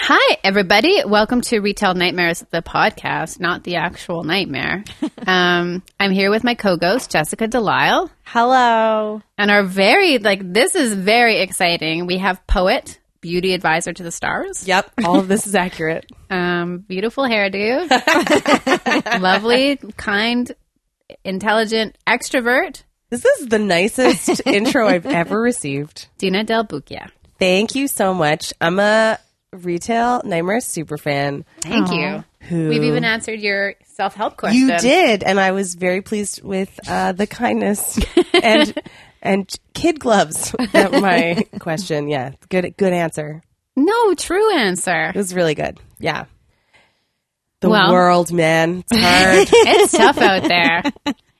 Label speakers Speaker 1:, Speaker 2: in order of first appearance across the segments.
Speaker 1: Hi, everybody. Welcome to Retail Nightmares, the podcast, not the actual nightmare. um, I'm here with my co-ghost, Jessica Delisle,
Speaker 2: Hello.
Speaker 1: and our very, like, this is very exciting. We have poet, beauty advisor to the stars,
Speaker 2: Yep. All of this is accurate.
Speaker 1: um, beautiful hairdo, lovely, kind, intelligent, extrovert,
Speaker 2: This is the nicest intro I've ever received.
Speaker 1: Dina Del Bucchia.
Speaker 2: Thank you so much. I'm a retail nightmare superfan.
Speaker 1: Thank you.
Speaker 2: Who
Speaker 1: We've even answered your self-help question.
Speaker 2: you did, and I was very pleased with uh, the kindness and and kid gloves. That my question. Yeah, good good answer.
Speaker 1: No, true answer.
Speaker 2: It was really good. Yeah. The
Speaker 1: Well-
Speaker 2: world, man, it's hard.
Speaker 1: It's tough out there.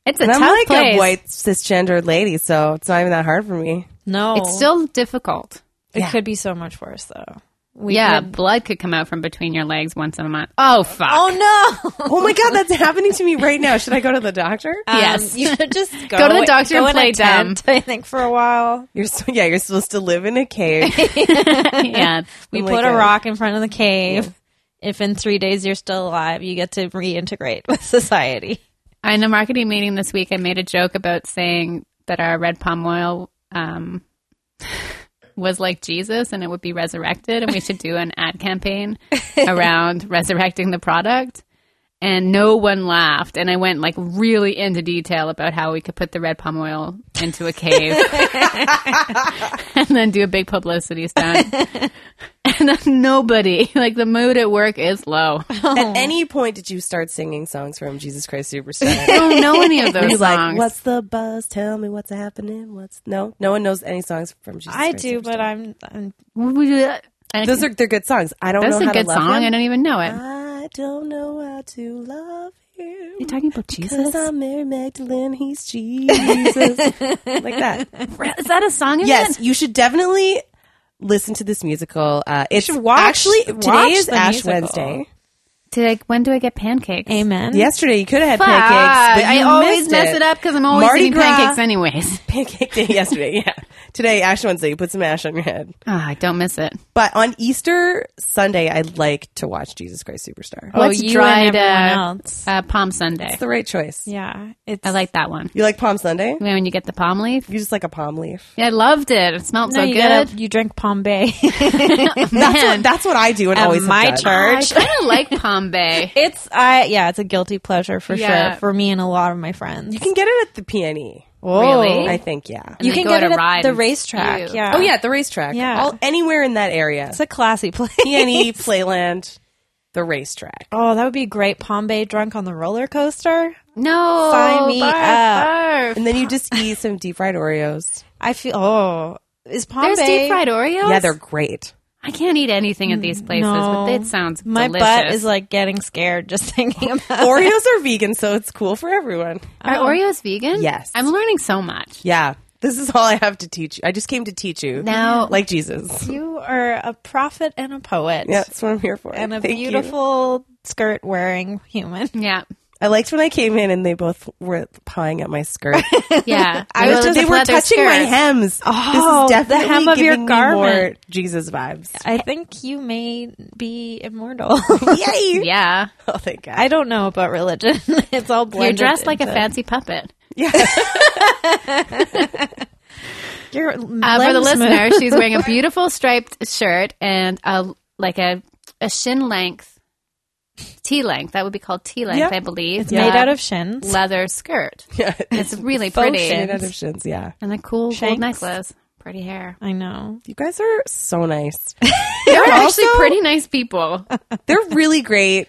Speaker 1: It's a
Speaker 2: and
Speaker 1: tough
Speaker 2: I'm like
Speaker 1: place.
Speaker 2: a white cisgendered lady, so it's not even that hard for me.
Speaker 3: No,
Speaker 1: It's still difficult.
Speaker 3: It
Speaker 2: Yeah.
Speaker 3: could be so much worse though. We
Speaker 1: yeah,
Speaker 3: could-
Speaker 1: blood could come out from between your legs once a month. Oh fuck!
Speaker 3: oh no.
Speaker 2: Oh my god, that's happening to me right now. Should I go to the doctor?
Speaker 3: Um,
Speaker 1: Yes.
Speaker 3: you should just go,
Speaker 1: Go to the doctor
Speaker 3: go in
Speaker 1: and
Speaker 3: a
Speaker 1: play dumb.
Speaker 3: tent, I think for a while
Speaker 2: You're so, yeah, you're supposed to live in a cave.
Speaker 1: yeah,
Speaker 3: we
Speaker 2: Oh my
Speaker 3: put a
Speaker 2: God.
Speaker 3: rock in front of the cave. If in three days you're still alive, you get to reintegrate with society.
Speaker 1: in a marketing meeting this week, I made a joke about saying that our red palm oil um, was like Jesus, and it would be resurrected, and we should do an ad campaign around resurrecting the product. And no one laughed, and I went like really into detail about how we could put the red palm oil into a cave, and then do a big publicity stunt. And then nobody, like the mood at work is low.
Speaker 2: At any point, did you start singing songs from Jesus Christ Superstar?
Speaker 1: I don't know any of
Speaker 2: Are
Speaker 1: those
Speaker 2: you
Speaker 1: songs.
Speaker 2: like, what's the buzz? Tell me what's happening. What's no? No one knows any songs from Jesus.
Speaker 3: I
Speaker 2: Christ
Speaker 3: do, but
Speaker 2: Superstar.
Speaker 3: I'm, I'm
Speaker 1: And
Speaker 2: those are they're good songs. I don't
Speaker 1: that's
Speaker 2: know
Speaker 1: a
Speaker 2: how
Speaker 1: good
Speaker 2: to love
Speaker 1: song. I
Speaker 2: him.
Speaker 1: don't even know it.
Speaker 2: I don't know how to love
Speaker 1: You're
Speaker 2: him.
Speaker 1: talking about
Speaker 2: Because
Speaker 1: Jesus?
Speaker 2: I'm Mary Magdalene, he's Jesus. like that.
Speaker 1: Is that a song? in
Speaker 2: Yes,
Speaker 1: it?
Speaker 2: you should definitely listen to this musical. Uh, it's
Speaker 3: should watch-
Speaker 2: actually today
Speaker 3: watch
Speaker 2: is
Speaker 3: the
Speaker 2: Ash
Speaker 3: musical.
Speaker 2: Wednesday.
Speaker 1: Did I, when do I get pancakes?
Speaker 3: amen.
Speaker 2: Yesterday you could have had
Speaker 1: Fuck.
Speaker 2: pancakes, but
Speaker 1: I
Speaker 2: you
Speaker 1: always
Speaker 2: missed
Speaker 1: mess it, up because I'm always
Speaker 2: Mardi
Speaker 1: eating
Speaker 2: Gras.
Speaker 1: pancakes anyways.
Speaker 2: Pancake day yesterday, yeah. Today Ash Wednesday, you put some ash on your head.
Speaker 1: Ah, don't miss it.
Speaker 2: But on Easter Sunday, I like to watch Jesus Christ Superstar.
Speaker 1: Oh,
Speaker 3: What's
Speaker 1: you
Speaker 3: dried
Speaker 1: and everyone
Speaker 3: uh, else?
Speaker 1: Uh, Palm Sunday.
Speaker 2: It's the right choice.
Speaker 3: Yeah, it's
Speaker 1: I like that one.
Speaker 2: You like Palm Sunday?
Speaker 1: You know, When you get the palm leaf.
Speaker 2: You just like a palm leaf.
Speaker 1: Yeah, I loved it. It smelled
Speaker 3: no,
Speaker 1: so
Speaker 3: you,
Speaker 1: good.
Speaker 3: gotta- you drink Palm Bay.
Speaker 2: That's what, that's what I do and
Speaker 3: At
Speaker 2: always have
Speaker 3: my
Speaker 2: done.
Speaker 3: church.
Speaker 1: I kind of like Palm Bay.
Speaker 3: it's I yeah, it's a guilty pleasure for
Speaker 1: Yeah.
Speaker 3: sure for me and a lot of my friends.
Speaker 2: You can get it at the PNE.
Speaker 1: Really?
Speaker 2: I think, yeah.
Speaker 1: And
Speaker 3: You
Speaker 1: they
Speaker 3: can
Speaker 1: go
Speaker 3: get
Speaker 1: to
Speaker 3: it at
Speaker 1: ride
Speaker 3: the
Speaker 1: and
Speaker 3: racetrack,
Speaker 1: you.
Speaker 3: yeah.
Speaker 2: Oh yeah, at the racetrack.
Speaker 3: Yeah.
Speaker 2: All, anywhere in that area.
Speaker 3: It's a classy place.
Speaker 1: E.
Speaker 2: PNE, E, Playland, the racetrack.
Speaker 3: Oh, that would be great. Palm Bay drunk on the roller coaster.
Speaker 1: No,
Speaker 3: Sign me
Speaker 1: barf,
Speaker 3: up.
Speaker 1: barf.
Speaker 2: And then you just eat some deep fried Oreos.
Speaker 3: I feel. Oh, is Palm
Speaker 1: There's
Speaker 3: Bay
Speaker 1: deep fried Oreos.
Speaker 2: Yeah, they're great.
Speaker 1: I can't eat anything at these places,
Speaker 3: No.
Speaker 1: but it sounds
Speaker 3: My
Speaker 1: delicious.
Speaker 3: butt is like getting scared just thinking about.
Speaker 2: Oreos are vegan, so it's cool for everyone.
Speaker 1: Are Oreos vegan?
Speaker 2: Yes.
Speaker 1: I'm learning so much.
Speaker 2: Yeah. This is all I have to teach you. I just came to teach you.
Speaker 1: Now-
Speaker 2: Like Jesus.
Speaker 3: You are a prophet and a poet,
Speaker 2: Yeah, that's what I'm here for.
Speaker 3: and a
Speaker 2: Thank you.
Speaker 3: beautiful skirt wearing human.
Speaker 1: Yeah.
Speaker 2: I liked when I came in and they both were pawing at my skirt.
Speaker 1: Yeah.
Speaker 2: I was just, they were touching my hems.
Speaker 3: Oh,
Speaker 2: this is definitely
Speaker 3: the hem of your
Speaker 2: giving me more
Speaker 3: garment.
Speaker 2: Jesus vibes.
Speaker 3: I think you may be immortal.
Speaker 2: Yay!
Speaker 1: Yeah.
Speaker 2: Oh, thank God.
Speaker 3: I don't know about religion. it's all blended.
Speaker 1: You're dressed like a
Speaker 3: into-
Speaker 1: fancy puppet.
Speaker 2: yeah.
Speaker 3: Your
Speaker 1: Uh, for the
Speaker 3: limbs move.
Speaker 1: listener, she's wearing a beautiful striped shirt and a like a a shin length T length. That would be called T length,
Speaker 2: Yep.
Speaker 1: I believe.
Speaker 3: It's made
Speaker 1: Uh,
Speaker 3: out of shins.
Speaker 1: leather skirt.
Speaker 2: yeah.
Speaker 1: It's really
Speaker 3: Faux
Speaker 1: pretty.
Speaker 2: Made
Speaker 3: shins.
Speaker 2: out of shins, yeah.
Speaker 1: And the cool gold
Speaker 3: Shanks.
Speaker 1: necklace. Pretty hair.
Speaker 3: I know.
Speaker 2: You guys are so nice.
Speaker 1: They're actually
Speaker 2: also-
Speaker 1: pretty nice people.
Speaker 2: They're really great.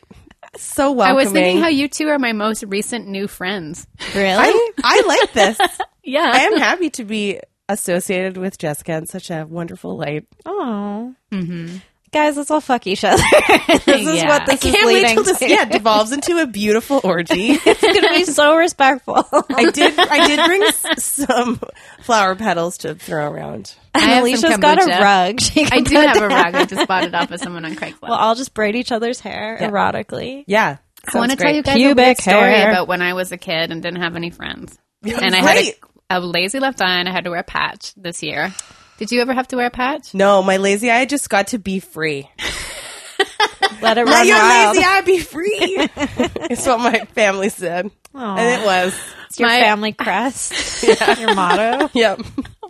Speaker 2: So
Speaker 1: I
Speaker 2: welcoming.
Speaker 1: was thinking how you two are my most recent new friends.
Speaker 3: Really?
Speaker 2: I, I like this.
Speaker 1: Yeah.
Speaker 2: I am happy to be associated with Jessica in such a wonderful light.
Speaker 3: Oh. Mm-hmm. Guys, let's all fuck each other. this is
Speaker 1: Yeah.
Speaker 3: what this
Speaker 2: I
Speaker 3: is
Speaker 2: can't wait
Speaker 3: leading
Speaker 2: till this
Speaker 3: to.
Speaker 2: yeah devolves into a beautiful orgy.
Speaker 3: could be so respectful.
Speaker 2: I did. I did bring s- some flower petals to throw around.
Speaker 1: I have some
Speaker 3: Alicia's got a
Speaker 1: kombucha.
Speaker 3: rug. She
Speaker 1: I
Speaker 3: can
Speaker 1: do have a rug. I just bought it off of someone on Craigslist.
Speaker 3: We'll all just braid each other's hair erotically.
Speaker 2: Yeah,
Speaker 1: I want to tell you guys a
Speaker 3: Pubic
Speaker 1: weird story
Speaker 3: hair.
Speaker 1: about when I was a kid and didn't have any friends. And I had
Speaker 2: Great.
Speaker 1: a, a lazy left eye and I had to wear a patch this year. Did you ever have to wear a patch?
Speaker 2: No, my lazy eye just got to be free.
Speaker 3: Let it run
Speaker 2: Let your
Speaker 3: wild.
Speaker 2: lazy eye be free. it's what my family said,
Speaker 3: Aw.
Speaker 2: and it was.
Speaker 3: It's your
Speaker 1: My-
Speaker 3: family crest. Your motto.
Speaker 2: Yep.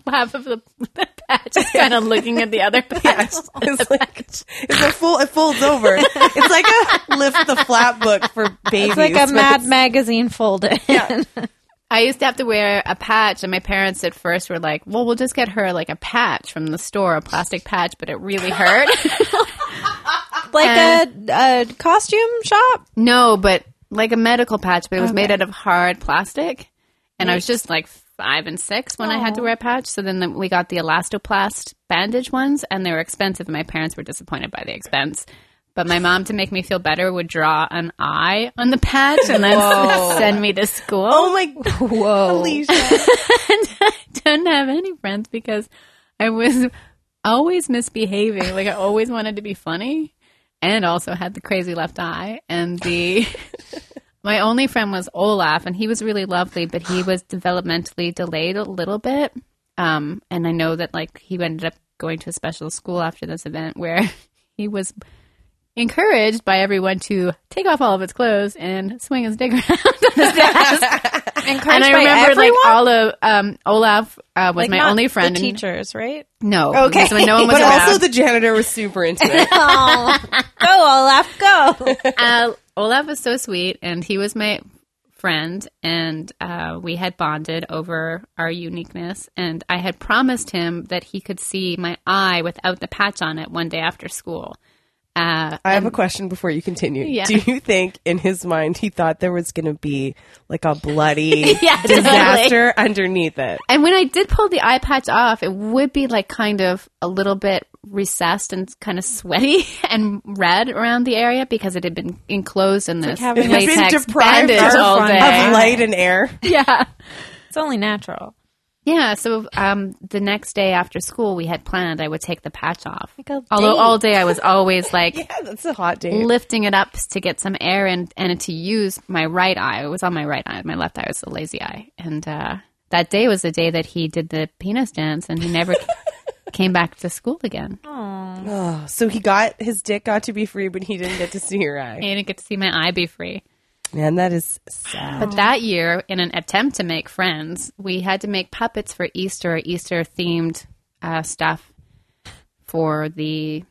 Speaker 1: Half of the, the patch is kind of looking at the other patch.
Speaker 2: Yes. It's like it's a full. It folds over. It's like a lift the flap book for babies.
Speaker 3: It's like
Speaker 2: but
Speaker 3: a Mad Magazine fold in.
Speaker 1: I used to have to wear a patch, and my parents at first were like, "Well, we'll just get her like a patch from the store, a plastic patch," but it really hurt.
Speaker 3: like a, a costume shop.
Speaker 1: no, but like a medical patch, but it was made out of hard plastic, and I was just like five and six when I had to
Speaker 2: Oh.
Speaker 1: wear a patch. So then the, we got the elastoplast bandage ones, and they were expensive, and my parents were disappointed by the expense. But my mom, to make me feel better, would draw an eye on the patch and then send me to school.
Speaker 2: Oh my whoa, Alicia.
Speaker 1: didn't have any friends because I was always misbehaving. Like I always wanted to be funny and also had the crazy left eye and the my only friend was Olaf and he was really lovely, but he was developmentally delayed a little bit. Um and I know that like he ended up going to a special school after this event where he was encouraged by everyone to take off all of its clothes and swing his dick around on the desk and I remember like all of um, Olaf uh, was my only friend.
Speaker 3: The
Speaker 1: and-
Speaker 3: teachers, right?
Speaker 1: no,
Speaker 3: Okay.
Speaker 1: because when no one was
Speaker 2: But
Speaker 1: around.
Speaker 2: also the janitor was super into it.
Speaker 3: Oh, go Olaf, go.
Speaker 1: uh, Olaf was so sweet, and he was my friend, and uh, we had bonded over our uniqueness. And I had promised him that he could see my eye without the patch on it one day after school. Uh,
Speaker 2: I have a question before you continue.
Speaker 1: Yeah.
Speaker 2: Do you think in his mind he thought there was going to be like a bloody
Speaker 1: Yeah, totally.
Speaker 2: disaster underneath it?
Speaker 1: And when I did pull the eye patch off, it would be like kind of a little bit recessed and kind of sweaty and red around the area because it had been enclosed in this
Speaker 3: having a-
Speaker 1: latex
Speaker 2: Been deprived
Speaker 1: bandage
Speaker 2: of-
Speaker 1: all day.
Speaker 2: Of light and air.
Speaker 1: yeah.
Speaker 3: It's only natural.
Speaker 1: Yeah, so um, the next day after school, we had planned I would take the patch off.
Speaker 3: Like a
Speaker 1: Although
Speaker 3: date.
Speaker 1: all day I was always like
Speaker 2: Yeah, that's a hot day.
Speaker 1: lifting it up to get some air and and to use my right eye. It was on my right eye. My left eye was the lazy eye. And uh, that day was the day that he did the penis dance, and he never c- came back to school again.
Speaker 2: Oh, so he got his dick got to be free, but he didn't get to see your eye.
Speaker 1: He didn't get to see my eye be free.
Speaker 2: Man, that is sad.
Speaker 1: But that year, in an attempt to make friends, we had to make puppets for Easter, Easter themed uh, stuff for the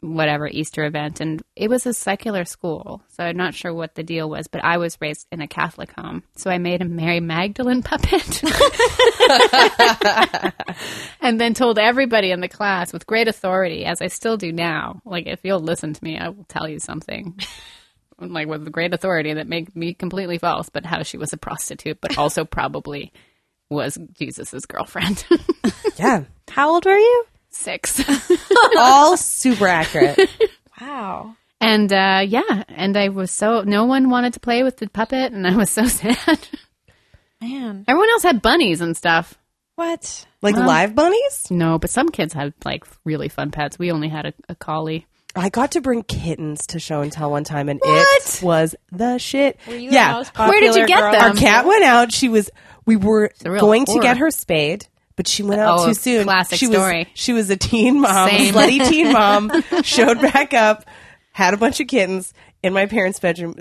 Speaker 1: whatever Easter event. And it was a secular school, so I'm not sure what the deal was, but I was raised in a Catholic home. So I made a Mary Magdalene puppet and then told everybody in the class with great authority, as I still do now. Like, if you'll listen to me, I will tell you something like with great authority that made me completely false, but how she was a prostitute, but also probably was Jesus's girlfriend.
Speaker 2: Yeah,
Speaker 3: How old were you?
Speaker 1: Six.
Speaker 2: all super accurate.
Speaker 3: Wow.
Speaker 1: And uh, yeah, and I was so no one wanted to play with the puppet, and I was so sad.
Speaker 3: Man.
Speaker 1: Everyone else had bunnies and stuff.
Speaker 3: What?
Speaker 2: Like live bunnies.
Speaker 1: No, but some kids had like really fun pets. We only had a, a collie.
Speaker 2: I got to bring kittens to show and tell one time, and it was the shit. yeah,
Speaker 1: Where did you get them?
Speaker 2: our cat went out. She was. We were
Speaker 1: real
Speaker 2: going to
Speaker 1: horror.
Speaker 2: get her spayed, but she went out
Speaker 1: Oh,
Speaker 2: too soon.
Speaker 1: classic
Speaker 2: she Was,
Speaker 1: story.
Speaker 2: she was a teen mom,
Speaker 1: Same.
Speaker 2: slutty teen mom. showed back up, had a bunch of kittens in my parents' bedroom.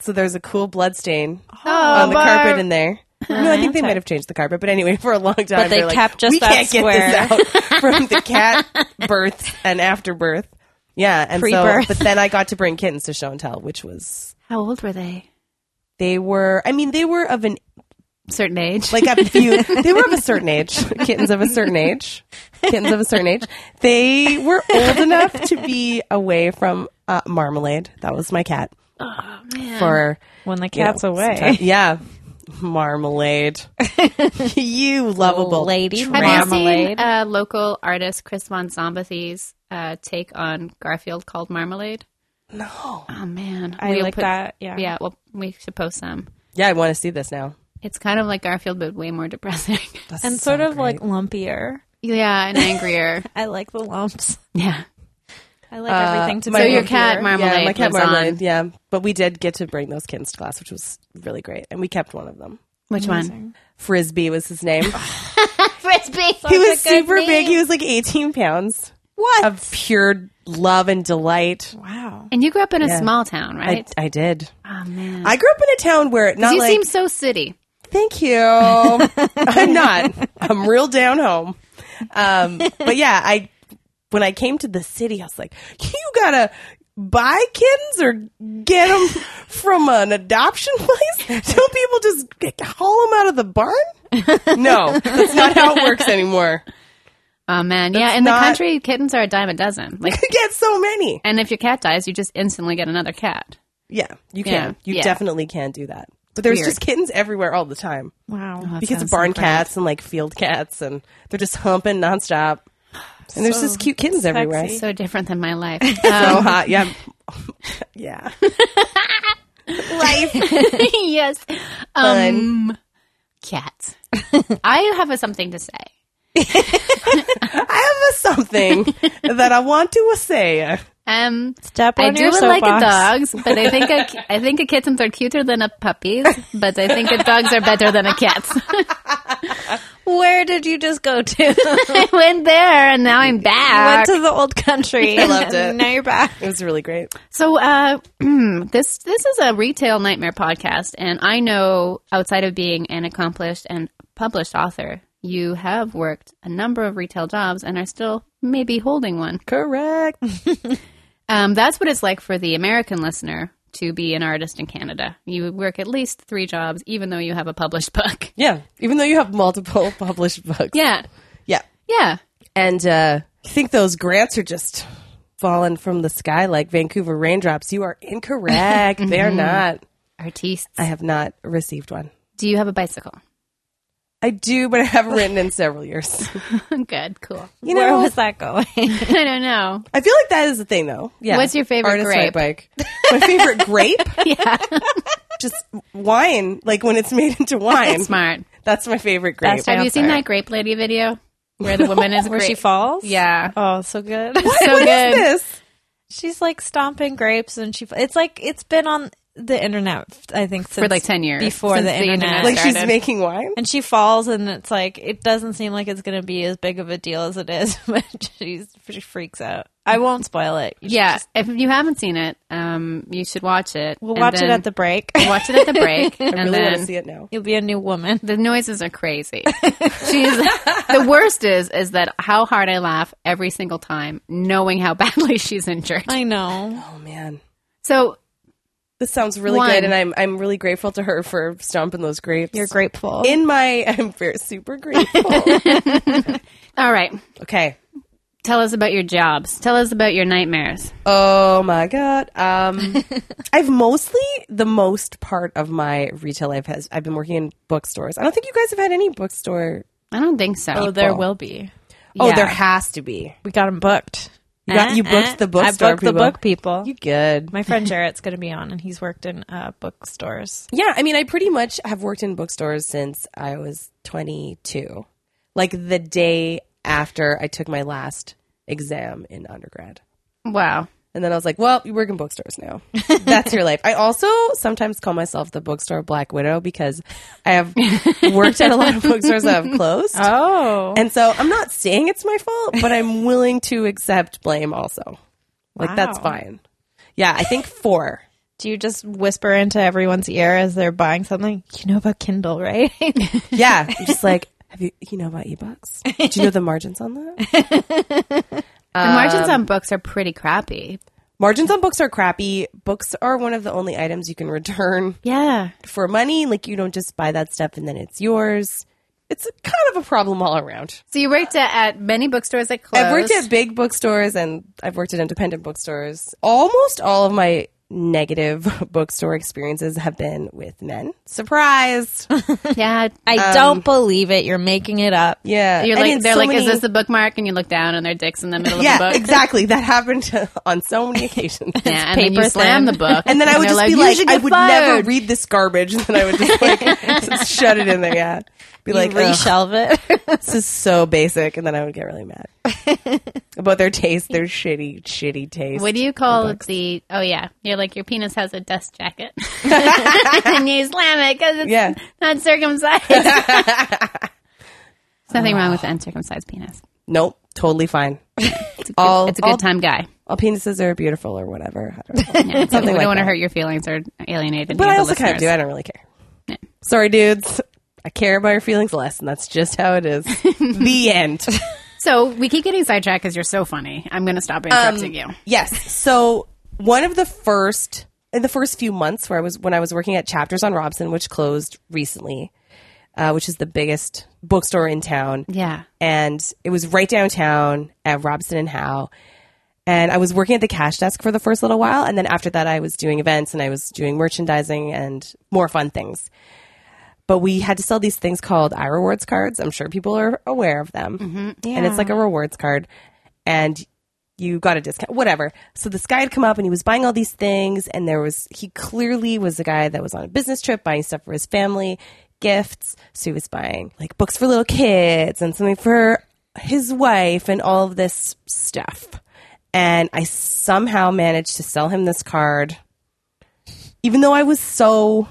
Speaker 2: So there's a cool blood stain on the
Speaker 1: Barb.
Speaker 2: carpet in there. No, I think they might have changed the carpet, but anyway, for a long time,
Speaker 3: they
Speaker 2: were like,
Speaker 3: kept just
Speaker 2: we
Speaker 3: that
Speaker 2: can't get this out from the cat birth and afterbirth. Yeah, and so,
Speaker 3: Pre-birth.
Speaker 2: but then I got to bring kittens to show and tell, which was
Speaker 1: How old were they?
Speaker 2: they were. I mean, they were of an
Speaker 1: Certain age.
Speaker 2: like a few they were of a certain age kittens of a certain age kittens of a certain age they were old enough to be away from uh, marmalade that was my cat
Speaker 3: Oh,
Speaker 2: for
Speaker 3: When the
Speaker 2: you know,
Speaker 3: cat's away.
Speaker 2: sometime- yeah marmalade Oh, you lovable
Speaker 3: Lady
Speaker 1: Have you
Speaker 3: Marmalade.
Speaker 1: seen uh, local artist Chris von Zombathy's uh, take on Garfield called Marmalade?
Speaker 2: no
Speaker 1: Oh man,
Speaker 3: I
Speaker 1: We'll
Speaker 3: like
Speaker 1: put-
Speaker 3: that. Yeah.
Speaker 1: Yeah, well, we should post some.
Speaker 2: Yeah, I want to see this now.
Speaker 1: It's kind of like Garfield, but way more depressing.
Speaker 2: That's
Speaker 3: and
Speaker 2: so
Speaker 3: sort of like
Speaker 2: great.
Speaker 3: lumpier.
Speaker 1: yeah, and angrier.
Speaker 3: I like the lumps.
Speaker 1: yeah.
Speaker 3: I like
Speaker 2: Uh,
Speaker 3: everything to
Speaker 2: my-
Speaker 3: be
Speaker 2: So your
Speaker 3: lumpier.
Speaker 1: cat, Mar- Marmalade
Speaker 2: yeah, my cat
Speaker 1: lives on.
Speaker 2: marmalade. Yeah, but we did get to bring those kittens to class, which was really great, and we kept one of them.
Speaker 1: Which one?
Speaker 3: Amazing.
Speaker 2: Frisbee was his name.
Speaker 1: Frisbee.
Speaker 2: he
Speaker 3: Such a
Speaker 2: was
Speaker 3: good
Speaker 2: super big.
Speaker 3: name.
Speaker 2: He was like 18 pounds
Speaker 3: What?
Speaker 2: of pure love and delight.
Speaker 3: wow.
Speaker 1: And you grew up in a small town,
Speaker 2: I,
Speaker 1: right?
Speaker 2: I did.
Speaker 1: oh man.
Speaker 2: I grew up in a town where not
Speaker 1: you
Speaker 2: like
Speaker 1: seem so city.
Speaker 2: Thank you. I'm not. I'm real down home. Um, but yeah, I when I came to the city, I was like, you gotta buy kittens or get them from an adoption place. Don't people just haul them out of the barn? No, that's not how it works anymore.
Speaker 1: Oh man. Yeah, in
Speaker 2: not-
Speaker 1: the country kittens are a dime a dozen. Like
Speaker 2: You get so many.
Speaker 1: and if your cat dies, you just instantly get another cat.
Speaker 2: Yeah, you
Speaker 1: Yeah,
Speaker 2: can. you
Speaker 1: yeah.
Speaker 2: definitely can do that. But there's
Speaker 1: Weird.
Speaker 2: just kittens everywhere all the time
Speaker 3: Wow.
Speaker 2: because of barn cats and like field cats, and they're just humping nonstop. And there's just cute kittens everywhere.
Speaker 3: sexy.
Speaker 1: So different than my life. Um,
Speaker 2: so hot. Yeah. yeah. Life.
Speaker 1: yes. Um, cats. I have a, something to say.
Speaker 2: I have a something that I want to say.
Speaker 1: Um,
Speaker 3: Step
Speaker 1: I
Speaker 3: on
Speaker 1: do
Speaker 3: your
Speaker 1: like
Speaker 3: soapbox.
Speaker 1: dogs, but I think a, I think a kittens are cuter than a puppies, but I think a dogs are better than a cat.
Speaker 3: Where did you just go to?
Speaker 1: I went there and now I'm
Speaker 3: went
Speaker 1: back.
Speaker 3: to the old country. I
Speaker 2: loved it.
Speaker 3: Now you're back.
Speaker 2: It was really great.
Speaker 1: So uh, this this is a retail nightmare podcast, and I know outside of being an accomplished and published author, you have worked a number of retail jobs and are still maybe holding one.
Speaker 2: Correct.
Speaker 1: Um, that's what it's like for the American listener to be an artist in Canada. You work at least three jobs, even though you have a published book.
Speaker 2: Yeah. Even though you have multiple published books.
Speaker 1: Yeah.
Speaker 2: Yeah.
Speaker 1: Yeah.
Speaker 2: And uh, you think those grants are just falling from the sky like Vancouver raindrops. You are incorrect. They're not.
Speaker 1: Artists.
Speaker 2: I have not received one.
Speaker 1: Do you have a bicycle?
Speaker 2: I do, but I haven't written in several years.
Speaker 1: Good. Cool.
Speaker 2: You
Speaker 3: Where
Speaker 2: know,
Speaker 3: was that going?
Speaker 1: I don't know.
Speaker 2: I feel like that is the thing, though. Yeah.
Speaker 1: What's your favorite
Speaker 2: Artist
Speaker 1: grape?
Speaker 2: night bike. My favorite grape?
Speaker 1: Yeah.
Speaker 2: just wine, like when it's made into wine.
Speaker 1: Smart.
Speaker 2: That's my favorite grape.
Speaker 3: That's
Speaker 1: Have you seen
Speaker 3: Vampire.
Speaker 1: that Grape Lady video where the woman is
Speaker 3: Where
Speaker 1: grape-
Speaker 3: she falls?
Speaker 1: Yeah.
Speaker 3: Oh, so good.
Speaker 1: So
Speaker 2: What
Speaker 1: good.
Speaker 2: is this?
Speaker 3: She's like stomping grapes, and she. It's like it's been on the internet. I think since
Speaker 1: For like 10 years.
Speaker 3: before
Speaker 1: Since
Speaker 3: the internet.
Speaker 2: Like she's
Speaker 1: started.
Speaker 2: making wine.
Speaker 3: and she falls, and it's like it doesn't seem like it's going to be as big of a deal as it is, but she's she freaks out. I won't spoil it. You should
Speaker 1: Yeah.
Speaker 3: just-
Speaker 1: If you haven't seen it, um, you should watch it.
Speaker 3: we'll
Speaker 1: and
Speaker 3: watch it
Speaker 1: then-
Speaker 3: at the break.
Speaker 1: watch it at the break. and
Speaker 2: I really
Speaker 1: then
Speaker 2: want to see it now.
Speaker 3: You'll be a new woman.
Speaker 1: The noises are crazy. She's the worst is is that how hard I laugh every single time, knowing how badly she's injured.
Speaker 3: I know.
Speaker 2: Oh man,
Speaker 1: So
Speaker 2: this sounds really
Speaker 1: Wine.
Speaker 2: good, and I'm I'm really grateful to her for stomping those grapes.
Speaker 3: You're grateful.
Speaker 2: in my. I'm very super grateful.
Speaker 1: all right.
Speaker 2: okay.
Speaker 1: Tell us about your jobs. Tell us about your nightmares.
Speaker 2: Oh my god. Um, I've mostly the most part of my retail life has I've been working in bookstores. I don't think you guys have had any bookstore.
Speaker 1: I don't think so.
Speaker 3: oh, there will be.
Speaker 2: Oh,
Speaker 1: Yeah.
Speaker 2: there has to be.
Speaker 3: We got them booked.
Speaker 2: You, got, you
Speaker 3: Eh,
Speaker 2: booked
Speaker 3: eh.
Speaker 2: the
Speaker 3: I
Speaker 2: bookstore.
Speaker 3: booked the
Speaker 2: people.
Speaker 3: book people.
Speaker 2: You good?
Speaker 3: My friend Jarrett's going to be on, and he's worked in uh, bookstores.
Speaker 2: Yeah, I mean, I pretty much have worked in bookstores since I was 22. Like the day after I took my last exam in undergrad.
Speaker 1: Wow.
Speaker 2: And then I was like, well, you work in bookstores now. That's your life. I also sometimes call myself the bookstore Black Widow because I have worked at a lot of bookstores that have closed.
Speaker 3: Oh,
Speaker 2: And so I'm not saying it's my fault, but I'm willing to accept blame also. Like, that's
Speaker 3: Wow.
Speaker 2: fine. Yeah, I think four.
Speaker 3: do you just whisper into everyone's ear as they're buying something? You know about Kindle, right?
Speaker 2: Yeah, I'm just like, have you you know about ebooks? Do you know the margins on that?
Speaker 1: The margins on books are pretty crappy.
Speaker 2: Margins on books are crappy. Books are one of the only items you can return
Speaker 1: Yeah.
Speaker 2: for money. Like you don't just buy that stuff and then it's yours. It's a- kind of a problem all around.
Speaker 1: So you worked at, at many bookstores that closed.
Speaker 2: I've worked at big bookstores and I've worked at independent bookstores. Almost all of my negative bookstore experiences have been with men. Surprise!
Speaker 1: Yeah.
Speaker 3: I
Speaker 2: Um,
Speaker 3: don't believe it. You're making it up.
Speaker 2: Yeah,
Speaker 1: You're
Speaker 2: And
Speaker 1: like
Speaker 2: in
Speaker 1: they're
Speaker 2: so
Speaker 1: like,
Speaker 2: many-
Speaker 1: is this the bookmark? And you look down and their dick's in the middle
Speaker 2: yeah,
Speaker 1: of the book.
Speaker 2: exactly. That happened to, on so many occasions.
Speaker 1: Yeah, and then you
Speaker 3: paper
Speaker 1: slam
Speaker 3: thin.
Speaker 1: the book,
Speaker 2: And then I would
Speaker 1: they're
Speaker 2: just be
Speaker 1: "You
Speaker 2: like,
Speaker 1: should
Speaker 2: I
Speaker 1: get
Speaker 2: would never
Speaker 1: fired."
Speaker 2: read this garbage. And then I would just like just shut it in there. Yeah, be like,
Speaker 3: Like
Speaker 2: "Ugh,
Speaker 3: reshelve it.
Speaker 2: this is so basic. And then I would get really mad about their taste, their shitty, shitty taste.
Speaker 1: What do you call it? The oh yeah, you're like your penis has a dust jacket, and you slam it because it's
Speaker 2: Yeah.
Speaker 1: not circumcised. There's nothing wrong with an uncircumcised penis.
Speaker 2: Nope, totally fine.
Speaker 1: It's,
Speaker 2: all,
Speaker 1: it's a good
Speaker 2: all,
Speaker 1: time guy.
Speaker 2: all penises are beautiful or whatever. I don't know.
Speaker 1: Yeah, it's- we
Speaker 2: Something
Speaker 1: don't
Speaker 2: like
Speaker 1: want to
Speaker 2: that.
Speaker 1: hurt your feelings or alienate.
Speaker 2: But I also kind of do. I don't really care. Sorry, dudes. I care about your feelings less, and that's just how it is. the end.
Speaker 1: So we keep getting sidetracked because you're so funny. I'm going to stop
Speaker 2: Um,
Speaker 1: interrupting you.
Speaker 2: Yes. So one of the first in the first few months where I was when I was working at Chapters on Robson, which closed recently, uh, which is the biggest bookstore in town.
Speaker 1: Yeah.
Speaker 2: And it was right downtown at Robson and Howe. And I was working at the cash desk for the first little while, and then after that, I was doing events and I was doing merchandising and more fun things. But we had to sell these things called I rewards cards. I'm sure people are aware of them, and it's like a rewards card, and you got a discount, whatever. So this guy had come up and he was buying all these things, and there was he clearly was a guy that was on a business trip buying stuff for his family, gifts. So he was buying like books for little kids and something for his wife and all of this stuff. And I somehow managed to sell him this card, even though I was so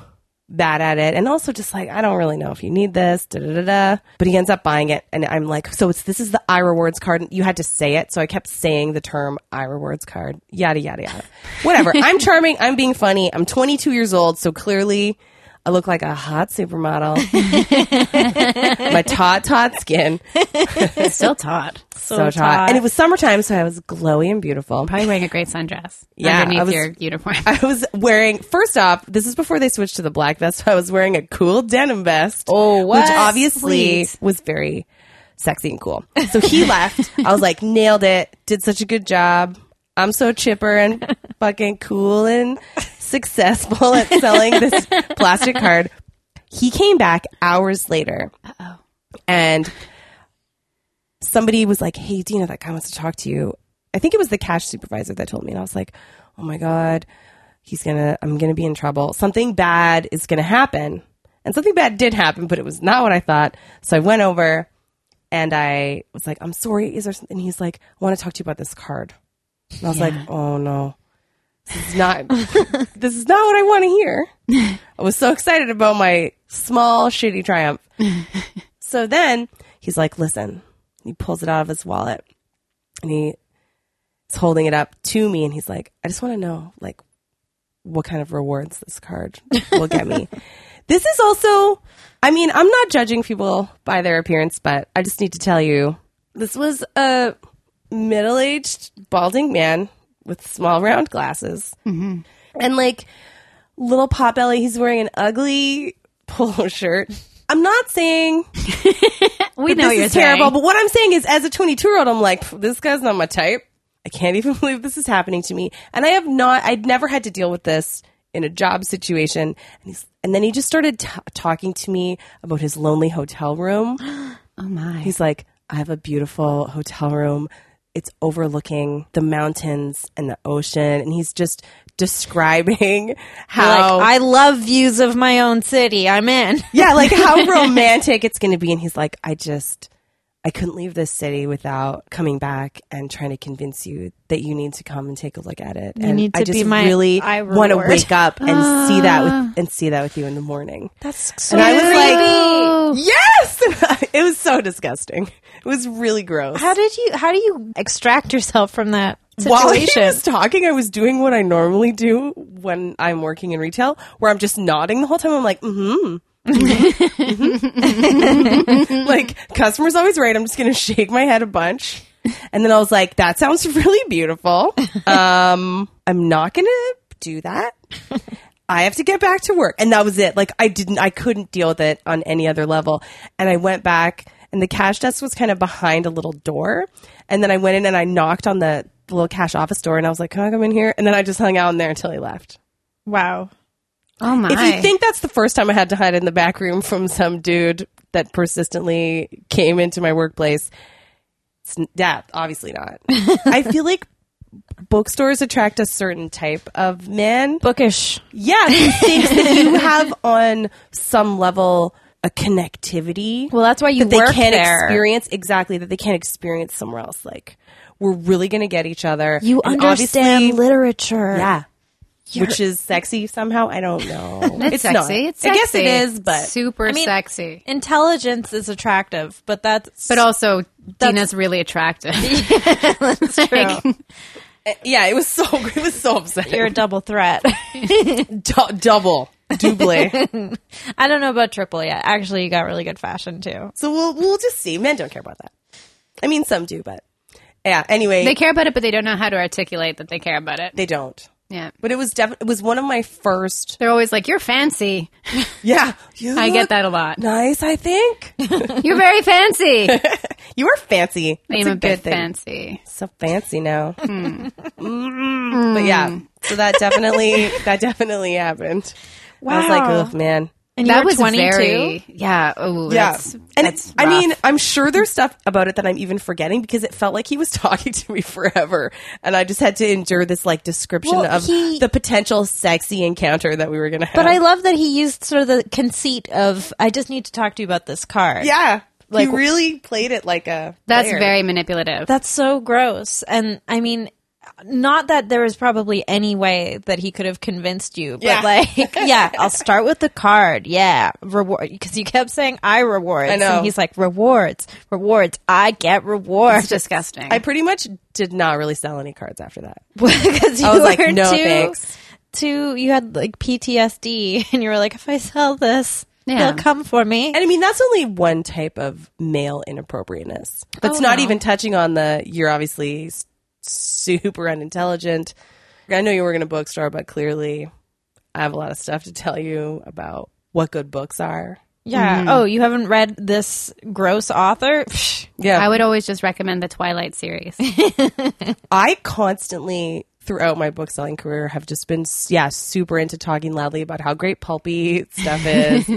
Speaker 2: bad at it and also just like I don't really know if you need this da, da, da, da. but he ends up buying it and I'm like so it's this is the I rewards card you had to say it so I kept saying the term I rewards card yada yada yada whatever I'm charming I'm being funny I'm 22 years old so clearly I look like a hot supermodel my taut taut skin
Speaker 1: It's still taut.
Speaker 2: so, taut. and it was summertime so I was glowy and beautiful
Speaker 1: Probably wearing a great sundress
Speaker 2: Yeah, I
Speaker 1: underneath
Speaker 2: was-
Speaker 1: your uniform.
Speaker 2: I was wearing first off, this is before they switched to the black vest. I was wearing a cool denim vest.
Speaker 3: Oh, what?
Speaker 2: Which obviously
Speaker 3: Sweet.
Speaker 2: was very sexy and cool. So he left. I was like, nailed it. Did such a good job. I'm so chipper and fucking cool and successful at selling this plastic card. He came back hours later and somebody was like, "Hey, Dina, that guy wants to talk to you." I think it was the cash supervisor that told me, and I was like, "Oh my god, he's gonna, I'm gonna be in trouble. Something bad is gonna happen." And something bad did happen, but it was not what I thought. So I went over, and I was like, "I'm sorry, is there?" Something? And he's like, "I want to talk to you about this card." And I was like, "Oh no." This is not this is not what I want to hear. I was so excited about my small shitty triumph. So then he's like, listen. He pulls it out of his wallet and he's holding it up to me and he's like, I just want to know like what kind of rewards this card will get me. this is also I mean, I'm not judging people by their appearance, but I just need to tell you this was a middle-aged balding man with small round glasses. And like little pot belly, he's wearing an ugly polo shirt. I'm not saying
Speaker 1: we know
Speaker 2: this
Speaker 1: you're
Speaker 2: is terrible.
Speaker 1: saying.
Speaker 2: But what I'm saying is, as a 22 year old, I'm like, "Pff, this guy's not my type. I can't even believe this is happening to me. And I have not, I'd never had to deal with this in a job situation. And, he's, and then he just started t- talking to me about his lonely hotel room.
Speaker 1: Oh my.
Speaker 2: He's like, I have a beautiful hotel room. It's overlooking the mountains and the ocean. And he's just describing how.
Speaker 3: Like I love views of my own city. I'm in.
Speaker 2: Yeah, like how romantic it's going to be. And he's like, I just, I couldn't leave this city without coming back and trying to convince you that you need to come and take a look at it. You and
Speaker 3: need
Speaker 2: I
Speaker 3: to
Speaker 2: just
Speaker 3: be my
Speaker 2: really
Speaker 3: eye Ah.
Speaker 2: want to
Speaker 3: reward.
Speaker 2: wake up and see that with, and see that with you in the morning.
Speaker 3: That's so
Speaker 2: And I was
Speaker 1: Oh.
Speaker 2: like, yes. it was so disgusting. It was really gross.
Speaker 3: How did you? How do you extract yourself from that
Speaker 2: While he
Speaker 3: situation?
Speaker 2: was talking, I was doing what I normally do when I'm working in retail, where I'm just nodding the whole time. I'm like, mm-hmm. like customers always right. I'm just gonna shake my head a bunch, and then I was like, "That sounds really beautiful." Um, I'm not gonna do that. I have to get back to work, and that was it. Like I didn't, I couldn't deal with it on any other level, and I went back, and the cash desk was kind of behind a little door, and then I went in and I knocked on the the little cash office door, and I was like, "Can I come in here?" And then I just hung out in there until he left.
Speaker 3: Wow.
Speaker 1: Oh my!
Speaker 2: If you think that's the first time I had to hide in the back room from some dude that persistently came into my workplace, it's, n- yeah, obviously not. I feel like bookstores attract a certain type of man.
Speaker 3: Bookish.
Speaker 2: Yeah, who thinks that you have on some level a connectivity
Speaker 3: Well, that's why you
Speaker 2: that they
Speaker 3: work
Speaker 2: can't
Speaker 3: there.
Speaker 2: experience exactly that they can't experience somewhere else. Like we're really gonna get each other.
Speaker 3: You
Speaker 2: And
Speaker 3: understand
Speaker 2: obviously-
Speaker 3: literature.
Speaker 2: yeah. Which is sexy somehow? I don't know.
Speaker 1: it's, sexy.
Speaker 2: not.
Speaker 1: It's sexy.
Speaker 2: I guess it is, but
Speaker 1: super
Speaker 3: mean-
Speaker 1: sexy.
Speaker 3: Intelligence is attractive, but that's
Speaker 1: But also, Dina's really attractive.
Speaker 3: true.
Speaker 2: yeah, it was so it was so upsetting.
Speaker 3: You're a double threat.
Speaker 2: Du- double, double.
Speaker 3: I don't know about triple yet. Actually, you got really good fashion too.
Speaker 2: so we'll we'll just see. Men don't care about that. I mean, some do, but yeah. Anyway,
Speaker 1: they
Speaker 2: they,
Speaker 1: care about it, but they don't know how to articulate that they care about it.
Speaker 2: don't.
Speaker 1: Yeah.
Speaker 2: But it was def- it was one of my first.
Speaker 1: They're always like, "You're fancy."
Speaker 2: Yeah, you
Speaker 1: I
Speaker 2: look
Speaker 1: get that a lot.
Speaker 2: Nice, I think
Speaker 1: You're very fancy.
Speaker 2: you are fancy. That's
Speaker 1: I'm a,
Speaker 2: a, Hmm.
Speaker 1: bit
Speaker 2: good thing.
Speaker 1: fancy.
Speaker 2: So fancy now. Mm. But yeah, so that definitely that definitely happened. I was
Speaker 3: Wow.
Speaker 2: like, oh man.
Speaker 3: And you
Speaker 1: that
Speaker 3: were
Speaker 1: was
Speaker 3: 22?
Speaker 1: very yeah. Oh,
Speaker 2: Yeah.
Speaker 1: that's,
Speaker 2: and
Speaker 1: that's
Speaker 2: I
Speaker 1: rough.
Speaker 2: mean, I'm sure there's stuff about it that I'm even forgetting because it felt like he was talking to me forever. And I just had to endure this like description
Speaker 3: Well,
Speaker 2: of
Speaker 3: he-
Speaker 2: the potential sexy encounter that we were going to have.
Speaker 3: But I love that he used sort of the conceit of I just need to talk to you about this card.
Speaker 2: yeah.
Speaker 3: Like-
Speaker 2: he really played it like a.
Speaker 1: that's
Speaker 2: player.
Speaker 1: very manipulative.
Speaker 3: That's so gross. And I mean, not that there was probably any way that he could have convinced you, but
Speaker 2: Yeah.
Speaker 3: like, yeah, I'll start with the card. Yeah, reward. Because you kept saying, I rewards.
Speaker 2: I know.
Speaker 3: And he's like, rewards, rewards. I get
Speaker 1: it's
Speaker 3: rewards.
Speaker 1: disgusting.
Speaker 2: I pretty much did not really sell any cards after that.
Speaker 3: Because you
Speaker 2: I was like,
Speaker 3: were
Speaker 2: no,
Speaker 3: too,
Speaker 2: thanks.
Speaker 3: too, you had like PTSD and you were like, if I sell this,
Speaker 1: Yeah.
Speaker 3: they'll come for me.
Speaker 2: And I mean, that's only one type of male inappropriateness. That's
Speaker 3: Oh,
Speaker 2: not even touching on the you're obviously s- super unintelligent. I know you work in a bookstore, but clearly I have a lot of stuff to tell you about what good books are.
Speaker 3: yeah. Oh, you haven't read this gross author? Psh,
Speaker 2: Yeah.
Speaker 1: I would always just recommend the Twilight series.
Speaker 2: I constantly throughout my book selling career have just been yeah super into talking loudly about how great pulpy stuff is